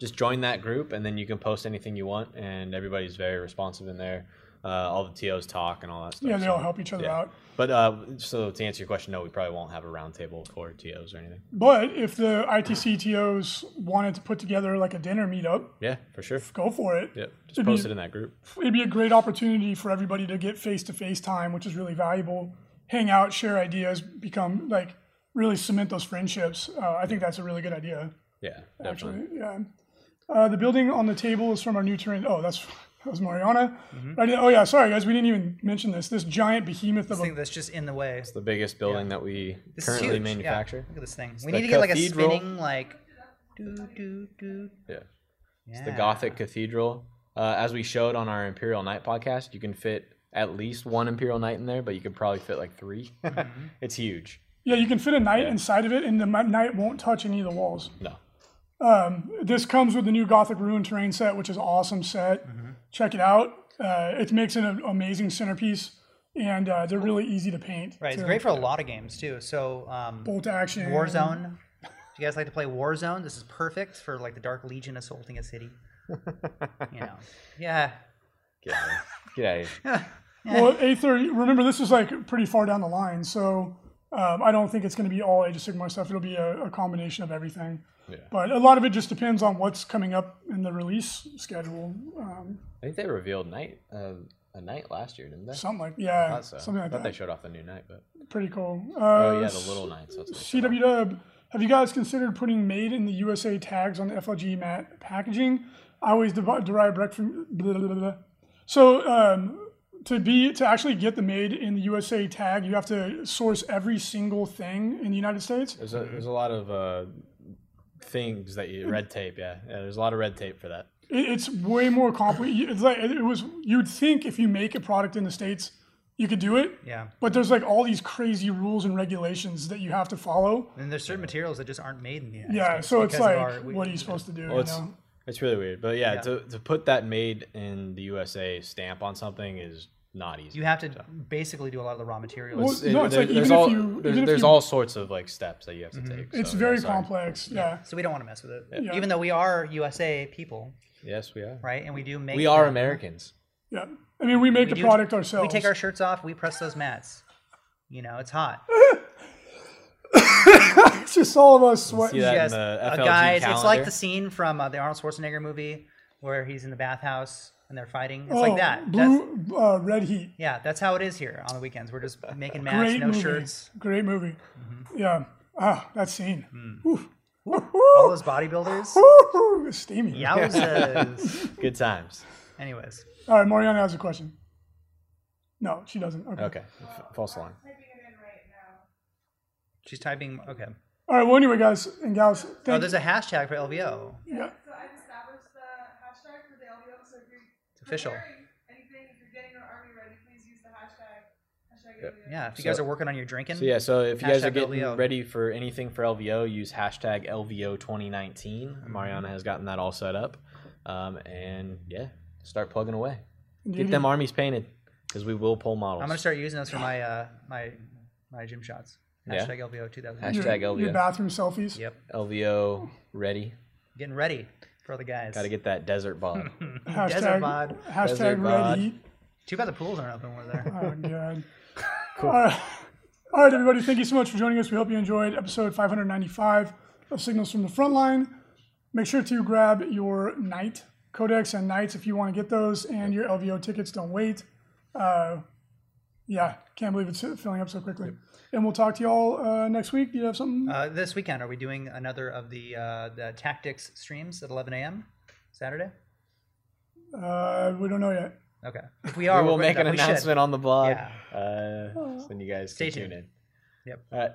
[SPEAKER 2] Just join that group, and then you can post anything you want, and everybody's very responsive in there. Uh, all the TOs talk and all that stuff.
[SPEAKER 1] Yeah, they
[SPEAKER 2] so-
[SPEAKER 1] all help each other
[SPEAKER 2] yeah.
[SPEAKER 1] out.
[SPEAKER 2] But uh, so to answer your question, no, we probably won't have a roundtable for TOs or anything.
[SPEAKER 1] But if the ITC TOs wanted to put together like a dinner meetup,
[SPEAKER 2] Yeah, for sure.
[SPEAKER 1] go for it.
[SPEAKER 2] Yep. Just
[SPEAKER 1] It'd be-
[SPEAKER 2] post it in that group.
[SPEAKER 1] It'd be a great opportunity for everybody to get face to face time, which is really valuable. Hang out, share ideas, become like really cement those friendships. Uh, I think that's a really good idea.
[SPEAKER 2] Yeah, definitely.
[SPEAKER 1] actually. Yeah. Uh, the building on the table is from our new terrain. Oh, that's that was Mariana.
[SPEAKER 3] Mm-hmm.
[SPEAKER 1] Right, oh yeah, sorry guys, we didn't even mention this. This giant behemoth of
[SPEAKER 3] I think
[SPEAKER 1] a
[SPEAKER 3] that's just in the way.
[SPEAKER 2] The biggest building that we
[SPEAKER 3] This is
[SPEAKER 2] currently
[SPEAKER 3] huge. Yeah,
[SPEAKER 2] manufacture.
[SPEAKER 3] Look at this thing. We
[SPEAKER 2] the
[SPEAKER 3] need to get like a
[SPEAKER 2] cathedral.
[SPEAKER 3] spinning like. Do do do.
[SPEAKER 2] Yeah. It's the Gothic Cathedral. Uh, as we showed on our Imperial Knight podcast, you can fit at least one Imperial Knight in there, but you could probably fit like 3 it's huge.
[SPEAKER 1] yeah. You can fit a knight inside of it, and the mi- knight won't touch any of the walls. Um,
[SPEAKER 2] No.
[SPEAKER 1] This comes with the new Gothic Ruin terrain set, which is an awesome set.
[SPEAKER 3] Mm-hmm.
[SPEAKER 1] Check it out. Uh, it makes it an amazing centerpiece, and uh, they're really easy to paint.
[SPEAKER 3] Right, it's
[SPEAKER 1] too.
[SPEAKER 3] great for a lot of games too. So um,
[SPEAKER 1] bolt action.
[SPEAKER 3] Warzone. Do you guys like to play Warzone? This is perfect for like the Dark Legion assaulting a city. You know. Yeah.
[SPEAKER 2] Get out of here. Get out of here.
[SPEAKER 1] Well, A thirty. Remember, this is like pretty far down the line, so Um, I don't think it's going to be all Age of Sigmar stuff. It'll be a, a combination of everything.
[SPEAKER 2] Yeah.
[SPEAKER 1] But a lot of it just depends on what's coming up in the release schedule. Um,
[SPEAKER 2] I think they revealed night uh, a night last year, didn't they?
[SPEAKER 1] something like
[SPEAKER 2] I
[SPEAKER 1] yeah,
[SPEAKER 2] thought so.
[SPEAKER 1] something
[SPEAKER 2] I
[SPEAKER 1] like
[SPEAKER 2] thought they
[SPEAKER 1] that.
[SPEAKER 2] showed off the new night, but
[SPEAKER 1] Pretty cool. Uh,
[SPEAKER 2] oh yeah, the little nights. That's what they showed off.
[SPEAKER 1] CW Dub, have you guys considered putting "Made in the USA" tags on the FLG mat packaging? I always dev- derive rec from blah, blah, blah, blah. so um, to be to actually get the "Made in the USA" tag, you have to source every single thing in the United States.
[SPEAKER 2] There's a there's a lot of uh, things that you red tape. Yeah, yeah. There's a lot of red tape for that.
[SPEAKER 1] It, it's way more complicated. It's like it was. You'd think if you make a product in the states, you could do it.
[SPEAKER 3] Yeah.
[SPEAKER 1] But there's like all these crazy rules and regulations that you have to follow.
[SPEAKER 3] And there's certain materials that just aren't made in the United
[SPEAKER 1] Yeah,
[SPEAKER 3] States
[SPEAKER 1] so it's
[SPEAKER 3] because
[SPEAKER 1] like,
[SPEAKER 3] of our- we-
[SPEAKER 1] what are you supposed to do?
[SPEAKER 2] Well,
[SPEAKER 1] you
[SPEAKER 2] it's
[SPEAKER 1] know?
[SPEAKER 2] it's really weird, but yeah,
[SPEAKER 3] Yeah.
[SPEAKER 2] To, to put that made in the USA stamp on something is not easy.
[SPEAKER 3] You have to basically do a lot of the raw materials.
[SPEAKER 1] Well,
[SPEAKER 2] It's- it-
[SPEAKER 1] no, it's
[SPEAKER 2] there-
[SPEAKER 1] like,
[SPEAKER 2] there's
[SPEAKER 1] even if
[SPEAKER 2] all
[SPEAKER 1] you-
[SPEAKER 2] there's,
[SPEAKER 1] even if
[SPEAKER 2] there's
[SPEAKER 1] you- Mm-hmm.
[SPEAKER 2] all sorts of like steps that you have to take.
[SPEAKER 1] It's
[SPEAKER 2] so, yeah,
[SPEAKER 1] very
[SPEAKER 2] sorry.
[SPEAKER 1] complex. Yeah.
[SPEAKER 3] so we don't want to mess with it.
[SPEAKER 1] Yeah.
[SPEAKER 3] Even though we are USA people,
[SPEAKER 2] Yes, we are.
[SPEAKER 3] right? And we do make
[SPEAKER 2] We are
[SPEAKER 3] them.
[SPEAKER 2] Americans.
[SPEAKER 1] Yeah. I mean, we make the
[SPEAKER 3] do-
[SPEAKER 1] product ourselves.
[SPEAKER 3] We take our shirts off, we press those mats. You know, it's hot.
[SPEAKER 1] it's just all of us sweating.
[SPEAKER 2] See that
[SPEAKER 3] Yes,
[SPEAKER 2] in the
[SPEAKER 3] uh,
[SPEAKER 2] FLG
[SPEAKER 3] guys, it's like
[SPEAKER 2] calendar?
[SPEAKER 3] the scene from uh, the Arnold Schwarzenegger movie where he's in the bathhouse and they're fighting. It's
[SPEAKER 1] oh,
[SPEAKER 3] like that. That's,
[SPEAKER 1] Blue, uh, red heat.
[SPEAKER 3] yeah, that's how it is here on the weekends. We're just making mats,
[SPEAKER 1] Great
[SPEAKER 3] no
[SPEAKER 1] movie.
[SPEAKER 3] shirts.
[SPEAKER 1] Great movie. Yeah. Ah, that scene. Oof.
[SPEAKER 3] All those bodybuilders.
[SPEAKER 1] Woo-hoo. It's steamy.
[SPEAKER 3] Yowzas.
[SPEAKER 2] Good times.
[SPEAKER 3] Anyways,
[SPEAKER 1] All right, Mariana has a question. No, she doesn't. Okay.
[SPEAKER 2] Okay, F- false alarm.
[SPEAKER 4] Typing it in right now.
[SPEAKER 3] she's typing. Okay.
[SPEAKER 1] All right. Well, anyway, guys and gals,
[SPEAKER 3] Oh,
[SPEAKER 1] thank
[SPEAKER 3] there's a hashtag for LVO.
[SPEAKER 1] Yeah.
[SPEAKER 4] So I've established the hashtag for the LVO. So if you're
[SPEAKER 3] It's official.
[SPEAKER 4] preparing anything, if you're getting your army ready, please use the hashtag. Hashtag LVO.
[SPEAKER 3] Yeah, if you
[SPEAKER 2] So-
[SPEAKER 3] guys are working on your drinking,
[SPEAKER 2] So yeah, so if you guys are
[SPEAKER 3] Hashtag
[SPEAKER 2] getting
[SPEAKER 3] LVO.
[SPEAKER 2] ready for anything for LVO, use hashtag LVO2019. Mariana has gotten that all set up, um, and yeah, start plugging away. Get them armies painted because we will pull models.
[SPEAKER 3] I'm gonna start using those for my uh, my my gym shots.
[SPEAKER 2] Yeah.
[SPEAKER 3] Hashtag LVO 2000.
[SPEAKER 2] Hashtag-
[SPEAKER 1] your,
[SPEAKER 2] LVO.
[SPEAKER 1] your bathroom selfies.
[SPEAKER 3] Yep,
[SPEAKER 2] LVO ready.
[SPEAKER 3] getting ready for the guys.
[SPEAKER 2] Got to get that desert bod.
[SPEAKER 1] Hashtag,
[SPEAKER 3] Desert bod.
[SPEAKER 1] Hashtag
[SPEAKER 2] Desert
[SPEAKER 1] red
[SPEAKER 2] bod.
[SPEAKER 1] heat.
[SPEAKER 3] Too bad the pools aren't open over there.
[SPEAKER 1] Oh, God. All right. All right, everybody. Thank you so much for joining us. We hope you enjoyed episode 595 of Signals from the Frontline. Make sure to grab your night codex and nights if you want to get those, and your LVO tickets. Don't wait. Uh, yeah, can't believe it's filling up so quickly. And we'll talk to you all uh, next week. Do you have something?
[SPEAKER 3] Uh, this weekend, are we doing another of the uh, the tactics streams at 11 a.m. Saturday?
[SPEAKER 1] Uh, we don't know yet.
[SPEAKER 3] Okay. If we
[SPEAKER 2] we
[SPEAKER 3] are,
[SPEAKER 2] will
[SPEAKER 3] we're-
[SPEAKER 2] make an
[SPEAKER 3] we should.
[SPEAKER 2] announcement on the blog.
[SPEAKER 3] Yeah.
[SPEAKER 2] Uh, so then you guys
[SPEAKER 3] Stay
[SPEAKER 2] can tune
[SPEAKER 3] tuned.
[SPEAKER 2] in.
[SPEAKER 3] Yep.
[SPEAKER 2] All right.